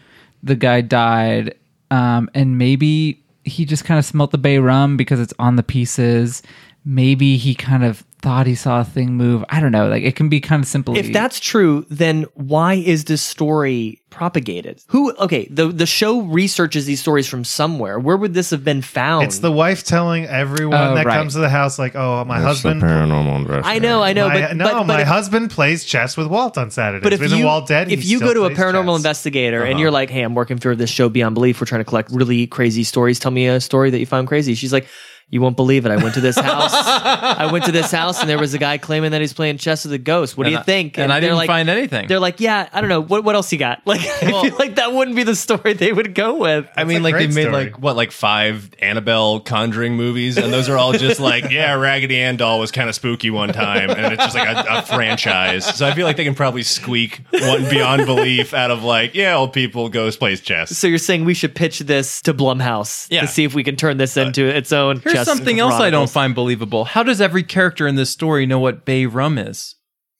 Speaker 6: the guy died, um, and maybe he just kind of smelt the bay rum because it's on the pieces. Maybe he kind of thought he saw a thing move. I don't know. Like it can be kind of simple.
Speaker 1: If that's true, then why is this story propagated? Who? Okay, the the show researches these stories from somewhere. Where would this have been found?
Speaker 4: It's the wife telling everyone
Speaker 6: Oh,
Speaker 4: that
Speaker 6: right.
Speaker 4: comes to the house, like, "Oh, my husband."
Speaker 5: paranormal investigator.
Speaker 1: I know, I know,
Speaker 4: my-
Speaker 1: but
Speaker 4: no,
Speaker 1: but, but
Speaker 4: my
Speaker 1: if-
Speaker 4: husband plays chess with Walt on Saturdays.
Speaker 1: But if
Speaker 4: Isn't
Speaker 1: you,
Speaker 4: Walt dead?
Speaker 1: if
Speaker 4: He
Speaker 1: you
Speaker 4: still
Speaker 1: go to a
Speaker 4: plays
Speaker 1: paranormal
Speaker 4: chess.
Speaker 1: investigator
Speaker 3: Uh-huh.
Speaker 1: and you're like, "Hey, I'm working through this show Beyond Belief. We're trying to collect really crazy stories. Tell me a story that you found crazy." She's like, You won't believe it. I went to this house. I went to this house, and there was a guy claiming that he's playing chess with a ghost. What do
Speaker 3: And
Speaker 1: you
Speaker 3: I-
Speaker 1: think?
Speaker 3: and I
Speaker 1: they're
Speaker 3: didn't find anything.
Speaker 1: They're like, yeah, I don't know. What what else you got? Like, I feel like that wouldn't be the story they would go with.
Speaker 5: I mean, like they made like what, like five Annabelle Conjuring movies, and those are all just like, yeah, Raggedy Ann doll was kind of spooky one time, and it's just like a, a franchise. So I feel like they can probably squeak one beyond belief out of like, yeah, old people ghost plays chess.
Speaker 1: So you're saying we should pitch this to Blumhouse
Speaker 5: Yeah.
Speaker 1: to see if we can turn this into its own.
Speaker 3: Here's
Speaker 1: chess
Speaker 3: something else I don't
Speaker 1: chronicles.
Speaker 3: find believable. How does every character in this story know what Bay Rum is?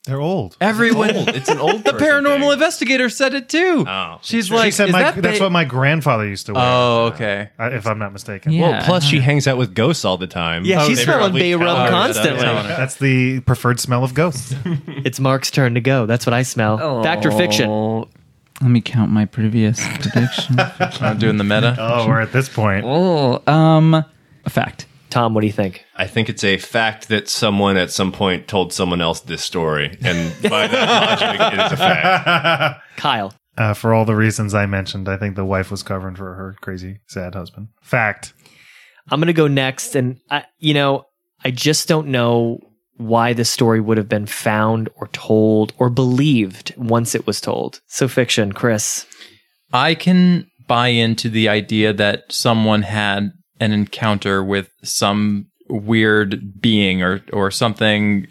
Speaker 4: They're old.
Speaker 3: Everyone, it's, an old. the paranormal investigator said it too.
Speaker 5: Oh,
Speaker 3: she's
Speaker 4: She
Speaker 3: like,
Speaker 4: said
Speaker 3: "Is
Speaker 4: my-
Speaker 3: that
Speaker 4: that's
Speaker 3: Bay-"
Speaker 4: what my grandfather used to wear.
Speaker 3: Oh, okay.
Speaker 4: I- if I'm not mistaken.
Speaker 5: Well, plus she hangs out with ghosts all the time.
Speaker 1: Yeah, she's
Speaker 5: they
Speaker 1: smelling
Speaker 5: probably
Speaker 1: Bay
Speaker 5: tell
Speaker 1: Rum
Speaker 5: her that.
Speaker 1: constantly.
Speaker 5: Yeah.
Speaker 4: That's the preferred smell of ghosts.
Speaker 1: It's Mark's turn to go. That's what I smell. Fact or fiction?
Speaker 3: Oh.
Speaker 6: Let me count my previous prediction.
Speaker 3: I'm doing the meta.
Speaker 4: Oh, we're at this point.
Speaker 6: Oh, um, a fact.
Speaker 1: Tom, what do you think?
Speaker 5: I think it's a fact that someone at some point told someone else this story, and by that logic, it is a fact.
Speaker 1: Kyle.
Speaker 4: Uh, for all the reasons I mentioned, I think the wife was covering for her crazy, sad husband. Fact.
Speaker 1: I'm going to go next. And, I, you know, I just don't know why this story would have been found or told or believed once it was told. So, fiction, Chris.
Speaker 3: I can buy into the idea that someone had an encounter with some weird being or or something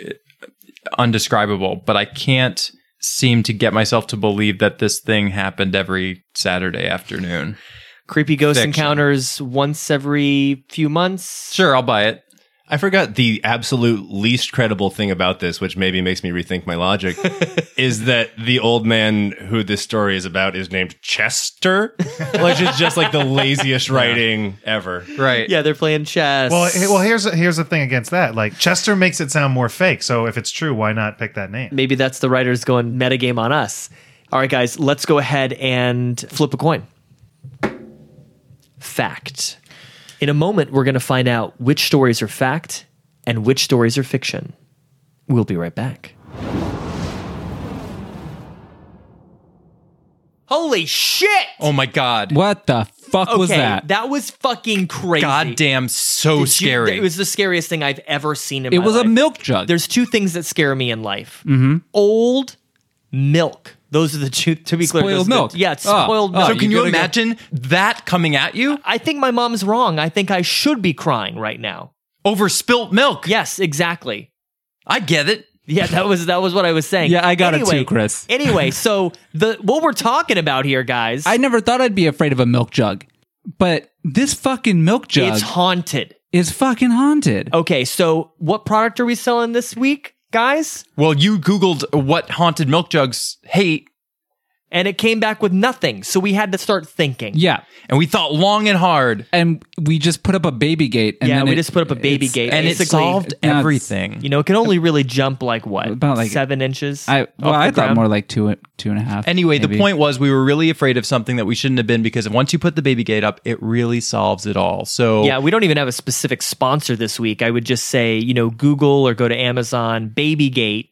Speaker 3: undescribable, but I can't seem to get myself to believe that this thing happened every Saturday afternoon.
Speaker 1: Creepy ghost
Speaker 3: Fiction.
Speaker 1: encounters once every few months.
Speaker 3: Sure, I'll buy it.
Speaker 5: I forgot the absolute least credible thing about this, which maybe makes me rethink my logic, is that the old man who this story is about is named Chester, which is just like the laziest writing ever.
Speaker 3: Right.
Speaker 1: Yeah, they're playing chess.
Speaker 4: Well, he- well, here's here's the thing against that. Like Chester makes it sound more fake. So if it's true, why not pick that name?
Speaker 1: maybe that's the writers going metagame on us. All right, guys, let's go ahead and flip a coin. Fact. In a moment, we're going to find out which stories are fact and which stories are fiction. We'll be right back. Holy shit!
Speaker 3: Oh my god.
Speaker 6: What the fuck was
Speaker 1: Okay,
Speaker 6: that?
Speaker 1: That was fucking crazy.
Speaker 3: Goddamn so
Speaker 1: Did you-
Speaker 3: scary.
Speaker 1: it was the scariest thing I've ever seen in
Speaker 6: It
Speaker 1: my
Speaker 6: was a
Speaker 1: life.
Speaker 6: milk jug.
Speaker 1: There's two things that scare me in life
Speaker 6: Mm-hmm.
Speaker 1: old milk. Those are the two. To be clear,
Speaker 6: Spoiled
Speaker 1: those are the-
Speaker 6: milk.
Speaker 1: yeah, it's
Speaker 6: Oh,
Speaker 1: spoiled
Speaker 6: oh,
Speaker 1: milk.
Speaker 3: so can you
Speaker 6: gotta go-
Speaker 3: imagine that coming at you
Speaker 1: I think my mom's wrong. I think I should be crying right now.
Speaker 3: over spilt milk?
Speaker 1: Yes, exactly.
Speaker 3: I get it.
Speaker 1: Yeah, that was that was what I was saying.
Speaker 6: Yeah, I got it too, Chris.
Speaker 1: Anyway, so the what we're talking about here, guys,
Speaker 6: I never thought I'd be afraid of a milk jug, but this fucking milk jug
Speaker 1: it's Oh. haunted.
Speaker 6: is fucking haunted.
Speaker 1: Okay, so what product are we selling this week, guys?
Speaker 3: Well, you googled what haunted milk jugs hate
Speaker 1: And it came back with nothing, so we had to start thinking.
Speaker 6: Yeah,
Speaker 3: and we thought long and hard
Speaker 6: and we just put up a baby gate. And
Speaker 1: Yeah,
Speaker 6: then
Speaker 1: we
Speaker 6: it-
Speaker 1: just put up a baby
Speaker 6: it's-
Speaker 1: gate.
Speaker 3: and it
Speaker 1: Basically,
Speaker 3: solved
Speaker 6: now it's-
Speaker 3: everything.
Speaker 1: You know, it can only really jump like what
Speaker 6: About, like,
Speaker 1: seven inches.
Speaker 6: I
Speaker 1: off
Speaker 6: well,
Speaker 1: the
Speaker 6: I
Speaker 1: ground?
Speaker 6: thought more like two two and a half.
Speaker 3: Anyway, the
Speaker 6: maybe.
Speaker 3: point was we were really afraid of something that we shouldn't have been because once you put the baby gate up, it really solves it all. So
Speaker 1: Yeah, we don't even have a specific sponsor this week. I would just say, you know, Google or go to Amazon, Babygate.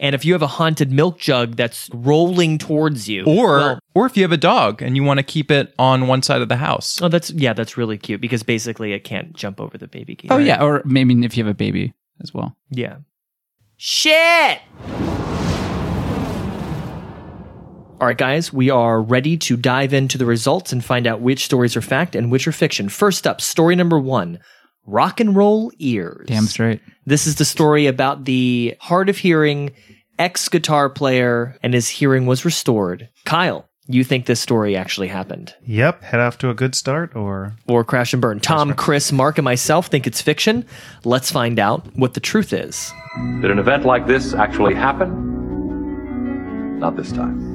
Speaker 1: And if you have a haunted milk jug that's rolling towards you,
Speaker 3: or
Speaker 1: well,
Speaker 3: or if you have a dog and you want to keep it on one side of the house.
Speaker 1: oh, that's yeah, that's really cute because basically it can't jump over the baby gate.
Speaker 6: Oh yeah, or maybe if you have a baby as well.
Speaker 1: yeah. Shit. All right, guys, we are ready to dive into the results and find out which stories are fact and which are fiction. First up, story number one: rock and roll ears.
Speaker 6: Damn straight.
Speaker 1: This is the story about the hard of hearing ex guitar player and his hearing was restored. Kyle, you think this story actually happened
Speaker 4: Yep. Head off to a good start, or
Speaker 1: or crash and burn? Tom, Chris, Mark, and myself think it's fiction. Let's find out what the truth is.
Speaker 17: Did an event like this actually happen? Not this time.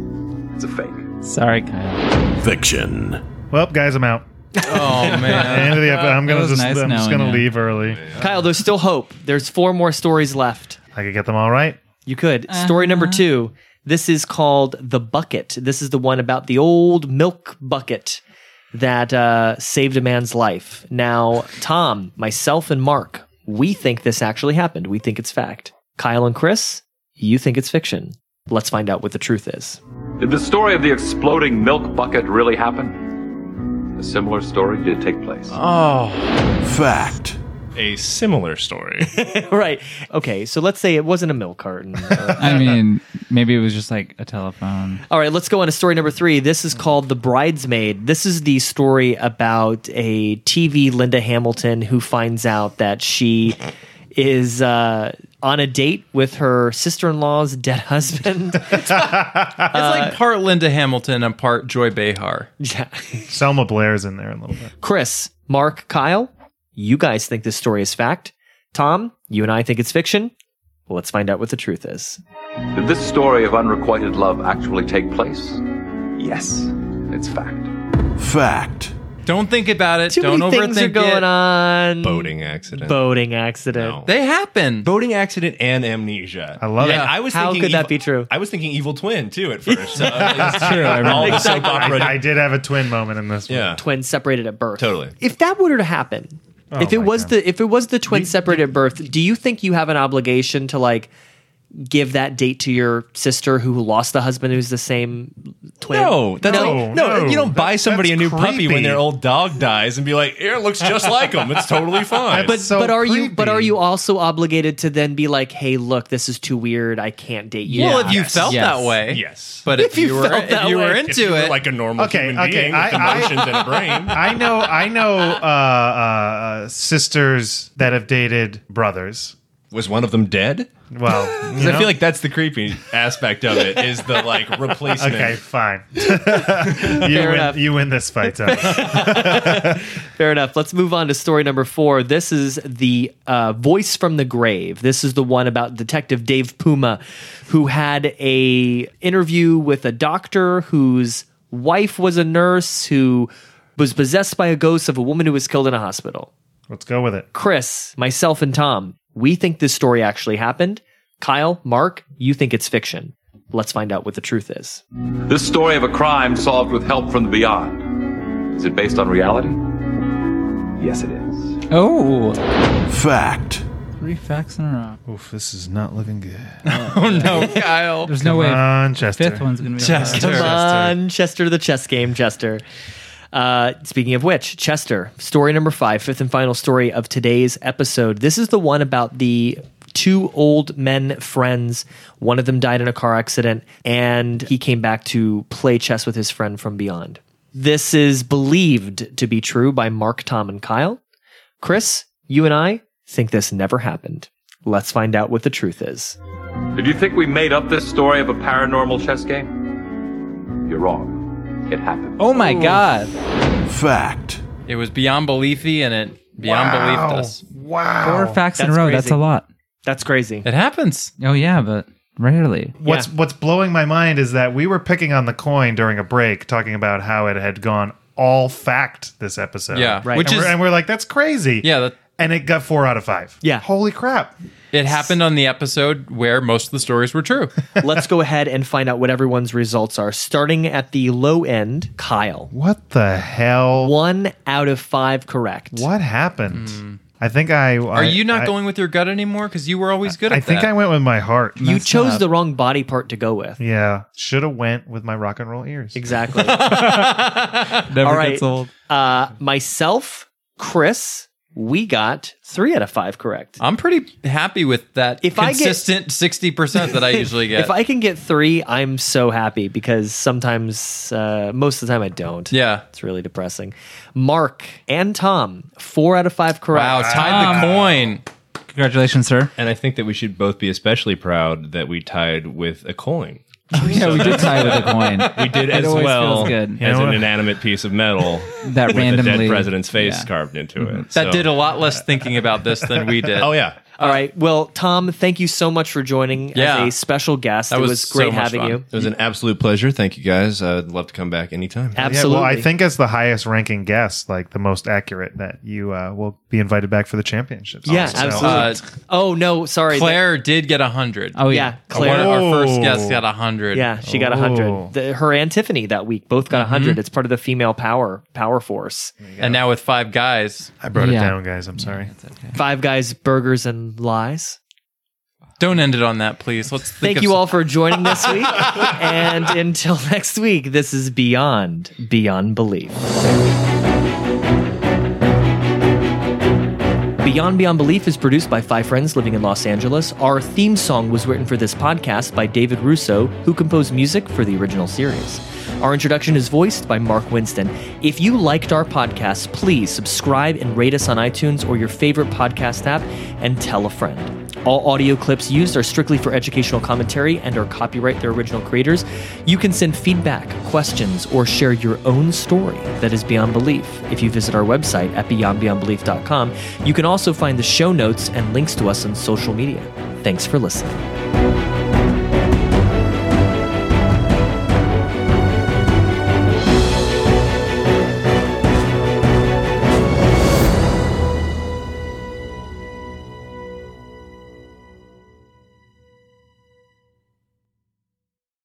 Speaker 17: It's a fake.
Speaker 6: Sorry, Kyle.
Speaker 2: Fiction.
Speaker 4: well, guys, I'm out.
Speaker 3: Oh
Speaker 4: End of the episode. I'm
Speaker 6: That
Speaker 4: gonna
Speaker 6: was
Speaker 4: just
Speaker 6: nice
Speaker 4: I'm just
Speaker 6: knowing
Speaker 4: gonna
Speaker 6: you.
Speaker 4: leave early.
Speaker 1: Kyle, there's still hope. There's four more stories left.
Speaker 4: I could get them all right.
Speaker 1: You could. Story number two. This is called The Bucket. This is the one about the old milk bucket that uh, saved a man's life. Now, Tom, myself, and Mark, we think this actually happened. We think it's fact. Kyle and Chris, you think it's fiction. Let's find out what the truth is.
Speaker 17: Did the story of the exploding milk bucket really happen? A similar story did take place.
Speaker 3: Oh,
Speaker 2: Fact.
Speaker 5: a similar story.
Speaker 1: right. Okay. So let's say it wasn't a milk carton.
Speaker 6: I mean, maybe it was just like a telephone.
Speaker 1: All right, let's go on to story number three. This is called The Bridesmaid. This is the story about a TV Linda Hamilton who finds out that she is uh, on a date with her sister in law's dead husband.
Speaker 3: it's
Speaker 1: Uh,
Speaker 3: like part Linda Hamilton and part Joy Behar.
Speaker 1: Yeah.
Speaker 4: Selma Blair's in there a little bit.
Speaker 1: Chris, Mark, Kyle, you guys think this story is fact. Tom, you and I think it's fiction. Well, let's find out what the truth is.
Speaker 17: Did this story of unrequited love actually take place? Yes, it's fact.
Speaker 2: Fact.
Speaker 3: Don't think about it.
Speaker 1: Too
Speaker 3: Don't
Speaker 1: many things
Speaker 3: overthink
Speaker 1: are going
Speaker 3: it.
Speaker 1: on.
Speaker 5: Boating accident.
Speaker 1: Boating accident.
Speaker 5: No.
Speaker 3: They happen.
Speaker 5: Boating accident and amnesia.
Speaker 4: I love
Speaker 5: And
Speaker 4: it.
Speaker 5: I was
Speaker 1: How
Speaker 5: thinking
Speaker 1: could that
Speaker 5: evil-
Speaker 1: be true?
Speaker 5: I was thinking Evil Twin too at first. So it's
Speaker 6: true, I remember.
Speaker 5: all the soap opera.
Speaker 4: I, I did have a twin moment in this one.
Speaker 5: yeah,
Speaker 1: Twins separated at birth.
Speaker 5: totally.
Speaker 1: If that were to happen,
Speaker 4: Oh
Speaker 1: if it
Speaker 4: my
Speaker 1: was
Speaker 4: God.
Speaker 1: the if it was the twins separated at birth, do you think you have an obligation to like give that date to your sister who lost the husband who's the same twin?
Speaker 5: No, that's
Speaker 1: No.
Speaker 5: like- no,
Speaker 4: No,
Speaker 5: You don't buy
Speaker 4: that-
Speaker 5: somebody a
Speaker 4: that's
Speaker 5: new puppy
Speaker 4: creepy.
Speaker 5: when their old dog dies and be like, "It looks just like him. It's totally fine."
Speaker 4: But- so
Speaker 1: but are you but are
Speaker 4: creepy.
Speaker 1: you also obligated to then be like, hey, look, this is too weird. I can't date you.
Speaker 3: Well, if you felt
Speaker 6: Yes.
Speaker 3: that way,
Speaker 5: yes,
Speaker 3: But if,
Speaker 1: you
Speaker 3: you, were
Speaker 1: felt that
Speaker 3: if you were
Speaker 1: way.
Speaker 5: Eh? If
Speaker 3: into
Speaker 5: you were
Speaker 3: it,
Speaker 5: like a normal
Speaker 4: Okay,
Speaker 5: human
Speaker 4: okay,
Speaker 5: being with
Speaker 4: I- I-
Speaker 5: emotions and a brain.
Speaker 4: I know, I know, uh, uh, sisters that have dated brothers.
Speaker 5: Was one of them dead?
Speaker 4: Well, you
Speaker 5: 'Cause I
Speaker 4: know?
Speaker 5: feel like that's the creepy aspect of it is the like replacement.
Speaker 4: okay, fine. you win.
Speaker 1: enough.
Speaker 4: You win this fight, Tom.
Speaker 1: Fair enough. Let's move on to story number four. This is the uh, voice from the grave. This is the one about Detective Dave Puma, who had a interview with a doctor whose wife was a nurse who was possessed by a ghost of a woman who was killed in a hospital.
Speaker 4: Let's go with it.
Speaker 1: Chris, myself, and Tom, we think this story actually happened. Kyle, Mark, you think it's fiction. Let's find out what the truth is.
Speaker 17: This story of a crime solved with help from the beyond. Is it based on reality? Yes, it is.
Speaker 6: Oh,
Speaker 2: Fact.
Speaker 6: three facts in a row.
Speaker 4: Oof, this is not looking good.
Speaker 3: oh no, Kyle.
Speaker 6: There's no
Speaker 4: Come
Speaker 6: way.
Speaker 4: on, Chester.
Speaker 6: Fifth one's gonna be
Speaker 3: Chester.
Speaker 1: Come
Speaker 3: Chester.
Speaker 1: on, Chester, the chess game, Chester. Uh, speaking of which, Chester, story number five, fifth and final story of today's episode. This is the one about the two old men friends. One of them died in a car accident, and he came back to play chess with his friend from beyond. This is believed to be true by Mark, Tom, and Kyle. Chris, you and I think this never happened. Let's find out what the truth is.
Speaker 17: If you think we made up this story of a paranormal chess game, you're wrong. It happened.
Speaker 6: Oh my god.
Speaker 2: Fact.
Speaker 3: It was beyond beliefy, and it beyond believed us.
Speaker 6: Four facts in a
Speaker 1: That's
Speaker 6: row.
Speaker 1: crazy.
Speaker 6: That's a lot.
Speaker 1: That's crazy.
Speaker 3: It happens.
Speaker 6: Oh yeah, but rarely.
Speaker 4: What's what's blowing my mind is that we were picking on the coin during a break, talking about how it had gone all fact this episode.
Speaker 3: Yeah,
Speaker 1: Right.
Speaker 3: Which
Speaker 4: Oh, and,
Speaker 3: is
Speaker 4: we're, and we're like, that's crazy.
Speaker 3: yeah. That,
Speaker 4: and it got four out of five.
Speaker 1: Yeah.
Speaker 4: holy crap!
Speaker 3: it happened on the episode where most of the stories were true.
Speaker 1: Let's go ahead and find out what everyone's results are. Starting at the low end, Kyle.
Speaker 4: What the hell? What,
Speaker 1: One out of five correct.
Speaker 4: happened? I think I.
Speaker 3: Hmm. Are you not going with your gut anymore? Because you were always good at
Speaker 4: I think I
Speaker 3: that.
Speaker 4: went with my heart.
Speaker 1: You chose the wrong body part to go with.
Speaker 4: Yeah, should have went with my rock and roll ears.
Speaker 1: Exactly.
Speaker 6: Never
Speaker 1: All right.
Speaker 6: gets old.
Speaker 1: uh, myself, Chris, we got three out of five correct.
Speaker 3: I'm pretty happy with that
Speaker 1: If I get-
Speaker 3: consistent sixty percent that I usually get.
Speaker 1: If I can get three, I'm so happy because sometimes, uh, most of the time, I don't.
Speaker 3: yeah.
Speaker 1: It's really depressing. Mark and Tom, four out of five correct.
Speaker 3: Wow, tied
Speaker 6: Um,
Speaker 3: the coin.
Speaker 6: Congratulations, sir.
Speaker 5: And I think that we should both be especially proud that we tied with a coin.
Speaker 6: yeah, we did tie with a coin.
Speaker 5: We
Speaker 6: It
Speaker 5: did as
Speaker 6: always
Speaker 5: well
Speaker 6: feels good.
Speaker 5: as
Speaker 4: know
Speaker 5: an
Speaker 4: what?
Speaker 5: inanimate piece of metal
Speaker 6: That
Speaker 5: with a
Speaker 6: randomly-
Speaker 5: dead president's face
Speaker 6: yeah.
Speaker 5: carved into it.
Speaker 3: That
Speaker 5: So-
Speaker 3: did a lot less thinking about this than we did.
Speaker 5: Oh yeah,
Speaker 1: All right. Well, Tom, thank you so much for joining
Speaker 3: Uh, Yeah.
Speaker 1: as a special guest.
Speaker 3: That
Speaker 1: it
Speaker 3: was
Speaker 1: was
Speaker 3: so
Speaker 1: great
Speaker 3: much
Speaker 1: having
Speaker 3: fun.
Speaker 1: you.
Speaker 5: it was an absolute pleasure. Thank you guys. I'd love to come back anytime.
Speaker 1: Absolutely.
Speaker 4: Yeah, well, I think as the highest ranking guest, like the most accurate, that you uh, will be invited back for the championships.
Speaker 1: Yeah,
Speaker 4: So-
Speaker 1: absolutely.
Speaker 3: Uh,
Speaker 1: Oh no, sorry.
Speaker 3: Claire did get hundred.
Speaker 6: Oh
Speaker 1: yeah,
Speaker 6: yeah.
Speaker 3: One
Speaker 1: Claire.
Speaker 3: of our first
Speaker 4: Oh.
Speaker 3: guests got hundred.
Speaker 1: yeah, she got
Speaker 4: Oh.
Speaker 1: hundred. The- Her and Tiffany that week both got 100
Speaker 3: Mm-hmm.
Speaker 1: It's part of the female power power force.
Speaker 3: and now with five guys,
Speaker 4: I brought
Speaker 6: Yeah.
Speaker 4: it down, guys. I'm sorry.
Speaker 1: Five Guys Burgers and Lies.
Speaker 3: don't end it on that, please. Let's think
Speaker 1: Thank
Speaker 3: of
Speaker 1: you
Speaker 3: some-
Speaker 1: all for joining this week, and until next week, this is beyond beyond belief. Beyond Beyond Belief is produced by five friends living in Los Angeles. Our theme song was written for this podcast by David Russo, who composed music for the original series. Our introduction is voiced by Mark Winston. If you liked our podcast, please subscribe and rate us on iTunes or your favorite podcast app and tell a friend. All audio clips used are strictly for educational commentary and are copyright their original creators. You can send feedback, questions, or share your own story that is beyond belief if you visit our website at beyondbeyondbelief.com. You can also find the show notes and links to us on social media. Thanks for listening.